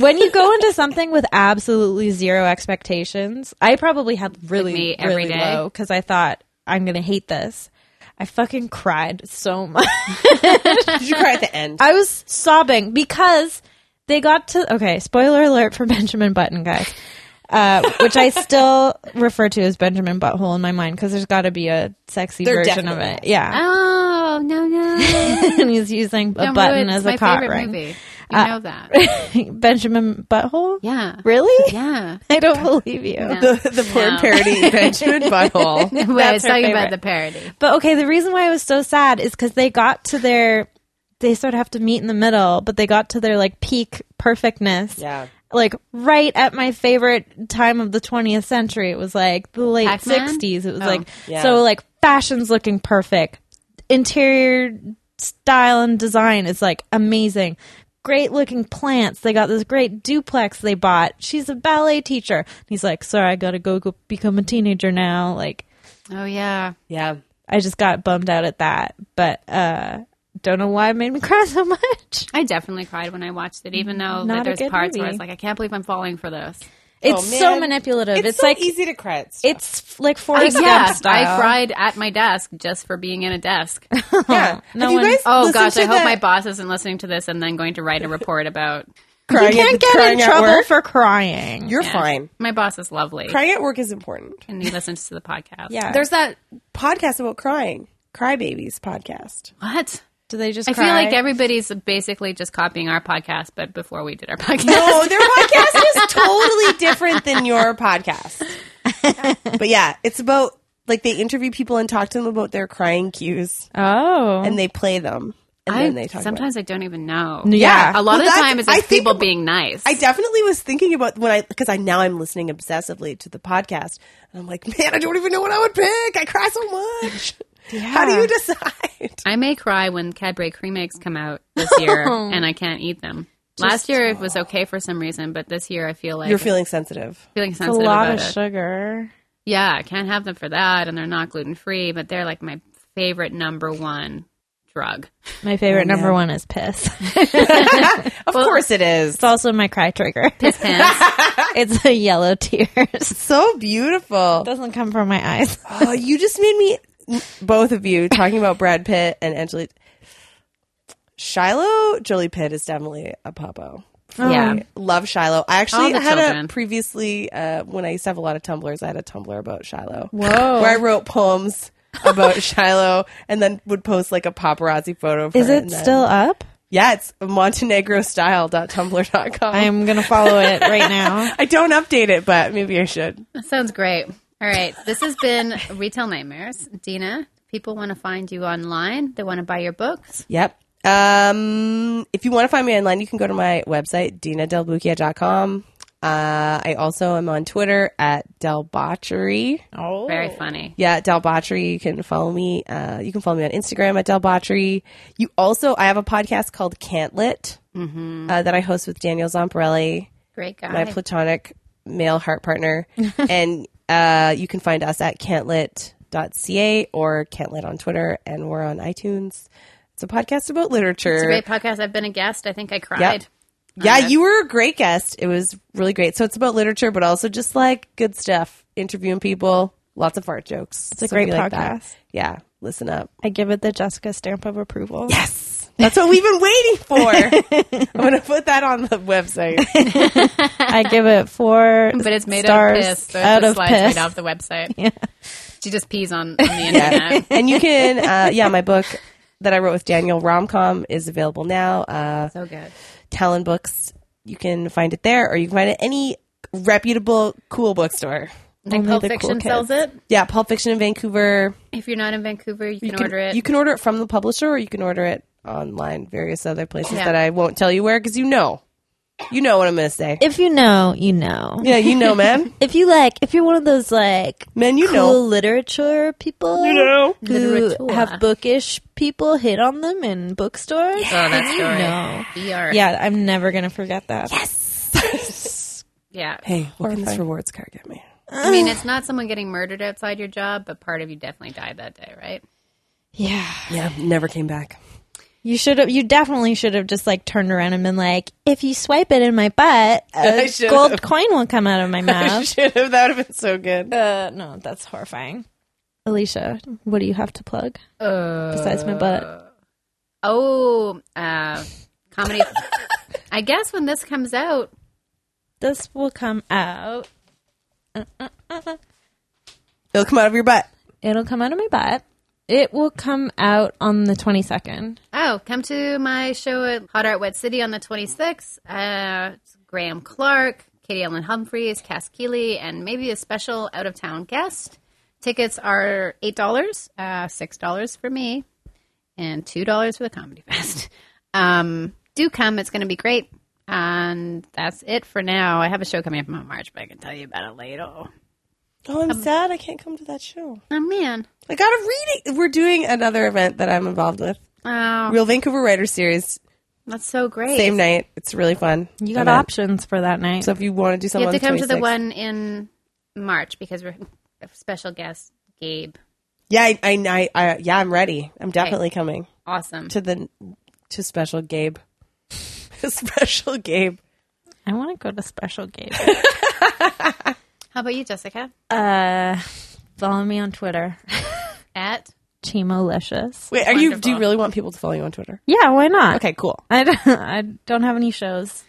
Speaker 3: when you go into something with absolutely zero expectations, I probably had really,
Speaker 1: me every
Speaker 3: really
Speaker 1: day.
Speaker 3: low because I thought I'm going to hate this. I fucking cried so much.
Speaker 2: Did you cry at the end?
Speaker 3: I was sobbing because they got to okay. Spoiler alert for Benjamin Button, guys. Uh, which I still refer to as Benjamin Butthole in my mind because there's got to be a sexy
Speaker 2: There
Speaker 3: version of
Speaker 2: definitely
Speaker 3: it. Yeah,
Speaker 1: oh, no, no.
Speaker 3: and he's using a
Speaker 1: No,
Speaker 3: button
Speaker 1: it's
Speaker 3: as
Speaker 1: my
Speaker 3: a cock
Speaker 1: favorite
Speaker 3: ring.
Speaker 1: movie. You know that.
Speaker 3: Benjamin Butthole.
Speaker 1: Yeah.
Speaker 3: Really?
Speaker 1: Yeah.
Speaker 3: I don't believe you.
Speaker 2: the the porn
Speaker 3: Um,
Speaker 1: No.
Speaker 2: parody Benjamin Butthole.
Speaker 1: Well, I was
Speaker 3: her
Speaker 1: talking
Speaker 3: favorite.
Speaker 1: about the parody.
Speaker 3: But okay, the reason why I was so sad is because they got to their, they sort of have to meet in the middle, but they got to their like peak perfectness.
Speaker 2: Yeah.
Speaker 3: Like right at my favorite time of the 20th century. It was like the late
Speaker 1: Pac-Man?
Speaker 3: 60s. It was
Speaker 1: Oh.
Speaker 3: like,
Speaker 2: Yeah.
Speaker 3: so like fashion's looking perfect. Interior style and design is like amazing. Great looking plants. They got this great duplex they bought. She's a ballet teacher. He's like, sorry, I gotta go, go become a teenager now. Like,
Speaker 1: Oh, yeah.
Speaker 2: Yeah.
Speaker 3: I just got bummed out at that, but uh don't know why it made me cry so much.
Speaker 1: I definitely cried when I watched it, even though
Speaker 3: Mm, Not a
Speaker 1: there's
Speaker 3: good
Speaker 1: parts where
Speaker 3: movie.
Speaker 1: I was like, I can't believe I'm falling for this.
Speaker 3: It's
Speaker 2: man.
Speaker 3: so manipulative. It's,
Speaker 2: It's, so
Speaker 3: like
Speaker 2: easy to cry at stuff.
Speaker 3: it's like Forrest
Speaker 1: I-
Speaker 3: Gump style.
Speaker 1: I cried at my desk just for being in a desk.
Speaker 2: yeah.
Speaker 3: no
Speaker 2: Have you
Speaker 3: one-
Speaker 2: guys
Speaker 1: Oh
Speaker 2: listened
Speaker 1: gosh,
Speaker 2: to
Speaker 1: I hope
Speaker 2: the
Speaker 1: my boss isn't listening to this and then going to write a report about.
Speaker 2: crying
Speaker 3: You can't
Speaker 2: at,
Speaker 3: get in
Speaker 2: crying at
Speaker 3: trouble
Speaker 2: work?
Speaker 3: for crying.
Speaker 2: You're fine.
Speaker 1: My boss is lovely,
Speaker 2: Crying at work is important.
Speaker 1: and he listens to the podcast.
Speaker 3: yeah.
Speaker 2: There's that podcast about crying, Crybabies podcast.
Speaker 1: What?
Speaker 3: Do they just?
Speaker 1: I
Speaker 3: cry?
Speaker 1: feel like everybody's basically just copying our podcast, but before we did our podcast,
Speaker 2: No, Oh, their podcast is totally different than your podcast. But yeah, it's about like they interview people and talk to them about their crying cues
Speaker 3: Oh,
Speaker 2: and they play them and
Speaker 1: I,
Speaker 2: then they talk about
Speaker 1: sometimes I don't even know.
Speaker 3: yeah.
Speaker 1: A lot of
Speaker 2: Well,
Speaker 1: the
Speaker 2: that's-
Speaker 1: time, it's
Speaker 2: I
Speaker 1: just
Speaker 2: think
Speaker 1: people
Speaker 2: ab-
Speaker 1: being nice.
Speaker 2: I definitely was thinking about when I because I now I'm listening obsessively to the podcast and I'm like, man, I don't even know what I would pick. I cry so much. How do you decide?
Speaker 1: I may cry when Cadbury cream eggs come out this year,
Speaker 2: Oh.
Speaker 1: and I can't eat them. Last year it was okay for some reason, but this year I feel like
Speaker 2: You're feeling sensitive.
Speaker 1: feeling
Speaker 3: it's a
Speaker 1: sensitive
Speaker 3: lot of
Speaker 1: about it.
Speaker 3: sugar.
Speaker 1: Yeah, I can't have them for that, and they're not gluten free, but they're like my favorite number one drug.
Speaker 3: My favorite number one is piss.
Speaker 2: Of course it is.
Speaker 3: It's also my cry trigger.
Speaker 1: Pants.
Speaker 3: it's a yellow tears.
Speaker 2: So beautiful.
Speaker 3: Doesn't come from my eyes.
Speaker 2: Oh, you just made me, both of you, talking about Brad Pitt and Angelique. Shiloh Jolie Pitt is definitely a popo.
Speaker 1: yeah.
Speaker 3: Oh.
Speaker 2: Love Shiloh. I
Speaker 1: All
Speaker 2: actually
Speaker 1: the
Speaker 2: had
Speaker 1: children.
Speaker 2: a previously uh, when I used to have a lot of tumblers. I had a Tumblr about Shiloh,
Speaker 3: Whoa.
Speaker 2: where I wrote poems about Shiloh and then would post like a paparazzi photo. Of
Speaker 3: Is
Speaker 2: her
Speaker 3: it
Speaker 2: and then-
Speaker 3: still up?
Speaker 2: Yeah, it's montenegrostyle.tumblr.com.
Speaker 3: I'm gonna follow it right now.
Speaker 2: I don't update it, but maybe I should.
Speaker 1: That sounds great. All right. This has been Retail Nightmares. Dina, people want to find you online. They want to buy your books.
Speaker 2: Yep. Um, if you want to find me online, you can go to my website, dinadelbukia.com. Uh, I also am on Twitter at Delbotchery.
Speaker 3: Oh,
Speaker 1: Very funny.
Speaker 2: Yeah, Delbotchery. You can follow me. Uh, you can follow me on Instagram at Delbotchery.
Speaker 1: Mm-hmm.
Speaker 2: You also, I have a podcast called Cantlet uh, that I host with Daniel Zamparelli.
Speaker 1: Great guy.
Speaker 2: my platonic male heart partner. and uh, you can find us at cantlit.ca or cantlit on Twitter, and we're on iTunes. It's a podcast about literature.
Speaker 1: it's a great podcast. I've been a guest. I think I cried.
Speaker 2: Yeah, you were a great guest. It was really great. So it's about literature, but also just like good stuff, interviewing people, lots of fart jokes. It's
Speaker 3: a great podcast.
Speaker 2: yeah, listen up.
Speaker 3: I give it the Jessica stamp of approval.
Speaker 2: Yes, that's what we've been waiting for. I'm going to put that on the website.
Speaker 3: I give it four.
Speaker 1: But it's made out
Speaker 3: stars
Speaker 1: of piss. So
Speaker 3: out
Speaker 1: it
Speaker 3: of
Speaker 1: just slides
Speaker 3: piss.
Speaker 1: right off the website. She just pees on, on the internet.
Speaker 2: And you can, uh, yeah, my book that I wrote with Daniel Romcom is available now. Uh,
Speaker 1: so good.
Speaker 2: Talon Books, you can find it there, or you can find it at any reputable cool bookstore.
Speaker 1: Like Pulp
Speaker 3: the cool
Speaker 1: Fiction
Speaker 3: kids.
Speaker 1: sells it.
Speaker 2: Yeah, Pulp Fiction in Vancouver.
Speaker 1: If you're not in Vancouver, you, can, order it.
Speaker 2: You can order it from the publisher, or you can order it online, various other places
Speaker 1: Yeah.
Speaker 2: that I won't tell you where because you know, you know what I'm going to say.
Speaker 3: If you know, you know.
Speaker 2: yeah, you know, man,
Speaker 3: If you like, if you're one of those like
Speaker 2: man, you
Speaker 3: cool
Speaker 2: know,
Speaker 3: literature people, you
Speaker 2: know.
Speaker 3: who
Speaker 1: Literature.
Speaker 3: have bookish people hit on them in bookstores,
Speaker 1: oh, that
Speaker 3: then you
Speaker 1: story.
Speaker 3: know.
Speaker 1: BR.
Speaker 3: Yeah, I'm never gonna forget that.
Speaker 1: Yeah.
Speaker 2: Hey, what can this rewards card get me?
Speaker 1: I mean, it's not someone getting murdered outside your job, but part of you definitely died that day, right?
Speaker 3: Yeah,
Speaker 2: Yeah, never came back.
Speaker 3: you should have. You definitely should have just like turned around and been like, "If you swipe it in my butt, a
Speaker 2: should
Speaker 3: gold coin will come out of my
Speaker 2: I
Speaker 3: mouth."
Speaker 2: should have. That would have been so good.
Speaker 3: uh, no, that's horrifying. Alicia, what do you have to plug besides my
Speaker 2: Uh,
Speaker 3: butt?
Speaker 1: Oh, uh, comedy. I guess when this comes out,
Speaker 3: This will come out.
Speaker 2: It'll come out of your butt.
Speaker 3: It'll come out of my butt. It will come out on the 22nd.
Speaker 1: oh, come to my show at Hot Art Wet City on the 26th. Uh, it's Graham Clark, Katie Ellen Humphries, Cass Keeley, and maybe a special out of town guest. Tickets are $8, uh, $6 for me, and $2 for the Comedy Fest. Um, do come, it's going to be great. And that's it for now. I have a show coming up in March, but I can tell you about it later.
Speaker 2: Oh,
Speaker 1: Um,
Speaker 2: I'm sad. I can't come to that show.
Speaker 1: Oh, man.
Speaker 2: I got a reading. We're doing another event that I'm involved with.
Speaker 1: Oh,
Speaker 2: Real Vancouver Writer Series.
Speaker 1: That's so great.
Speaker 2: Same night. It's really fun.
Speaker 3: You got
Speaker 2: I'm in.
Speaker 3: options for that night.
Speaker 2: So if you want to do
Speaker 1: You
Speaker 2: something,
Speaker 1: have to
Speaker 2: on
Speaker 1: come to the
Speaker 2: 26th.
Speaker 1: one in March because we're a special guest Gabe.
Speaker 2: Yeah, I, I, I, I, yeah, I'm ready. I'm definitely coming
Speaker 1: Awesome.
Speaker 2: to the to special Gabe. special Gabe.
Speaker 3: I want to go to Special Gate.
Speaker 1: How about you, Jessica?
Speaker 3: uh, follow me on Twitter,
Speaker 1: At
Speaker 3: Chimolicious.
Speaker 2: Wait, are you? Do you
Speaker 1: Wonderful.
Speaker 2: really want people to follow you on Twitter?
Speaker 3: Yeah, why not?
Speaker 2: Okay, cool.
Speaker 3: I don't, I don't have any shows.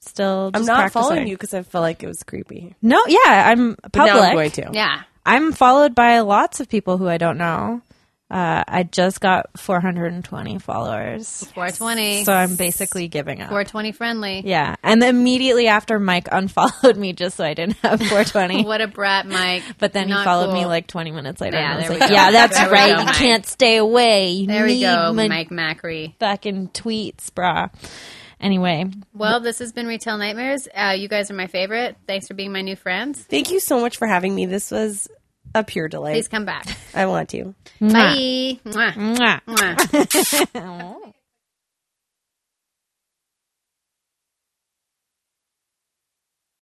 Speaker 3: Still,
Speaker 2: I'm
Speaker 3: just
Speaker 2: not
Speaker 3: practicing.
Speaker 2: following you because I felt like it was creepy.
Speaker 3: No, yeah, I'm public.
Speaker 2: But now I'm going to.
Speaker 1: yeah.
Speaker 3: I'm followed by lots of people who I don't know. Uh, I just got 420 followers,
Speaker 1: 420.
Speaker 3: so I'm basically giving up.
Speaker 1: 420 friendly.
Speaker 3: Yeah, and immediately after Mike unfollowed me just so I didn't have 420.
Speaker 1: What a brat, Mike.
Speaker 3: But then
Speaker 1: Not
Speaker 3: he followed me
Speaker 1: cool.
Speaker 3: like 20 minutes later.
Speaker 1: Yeah,
Speaker 3: and I was
Speaker 1: there we
Speaker 3: like,
Speaker 1: go.
Speaker 3: yeah, that's
Speaker 1: There we
Speaker 3: right.
Speaker 1: go,
Speaker 3: you
Speaker 1: Mike.
Speaker 3: can't stay away. You
Speaker 1: There we
Speaker 3: need
Speaker 1: go,
Speaker 3: my
Speaker 1: Mike Macri.
Speaker 3: fucking tweets, brah. Anyway,
Speaker 1: Well, this has been Retail Nightmares. Uh, you guys are my favorite. Thanks for being my new friends.
Speaker 2: Thank you so much for having me. This was a pure delight.
Speaker 1: Please come back.
Speaker 2: I want to.
Speaker 1: Bye. Mwah.
Speaker 3: mwah.
Speaker 1: Mwah.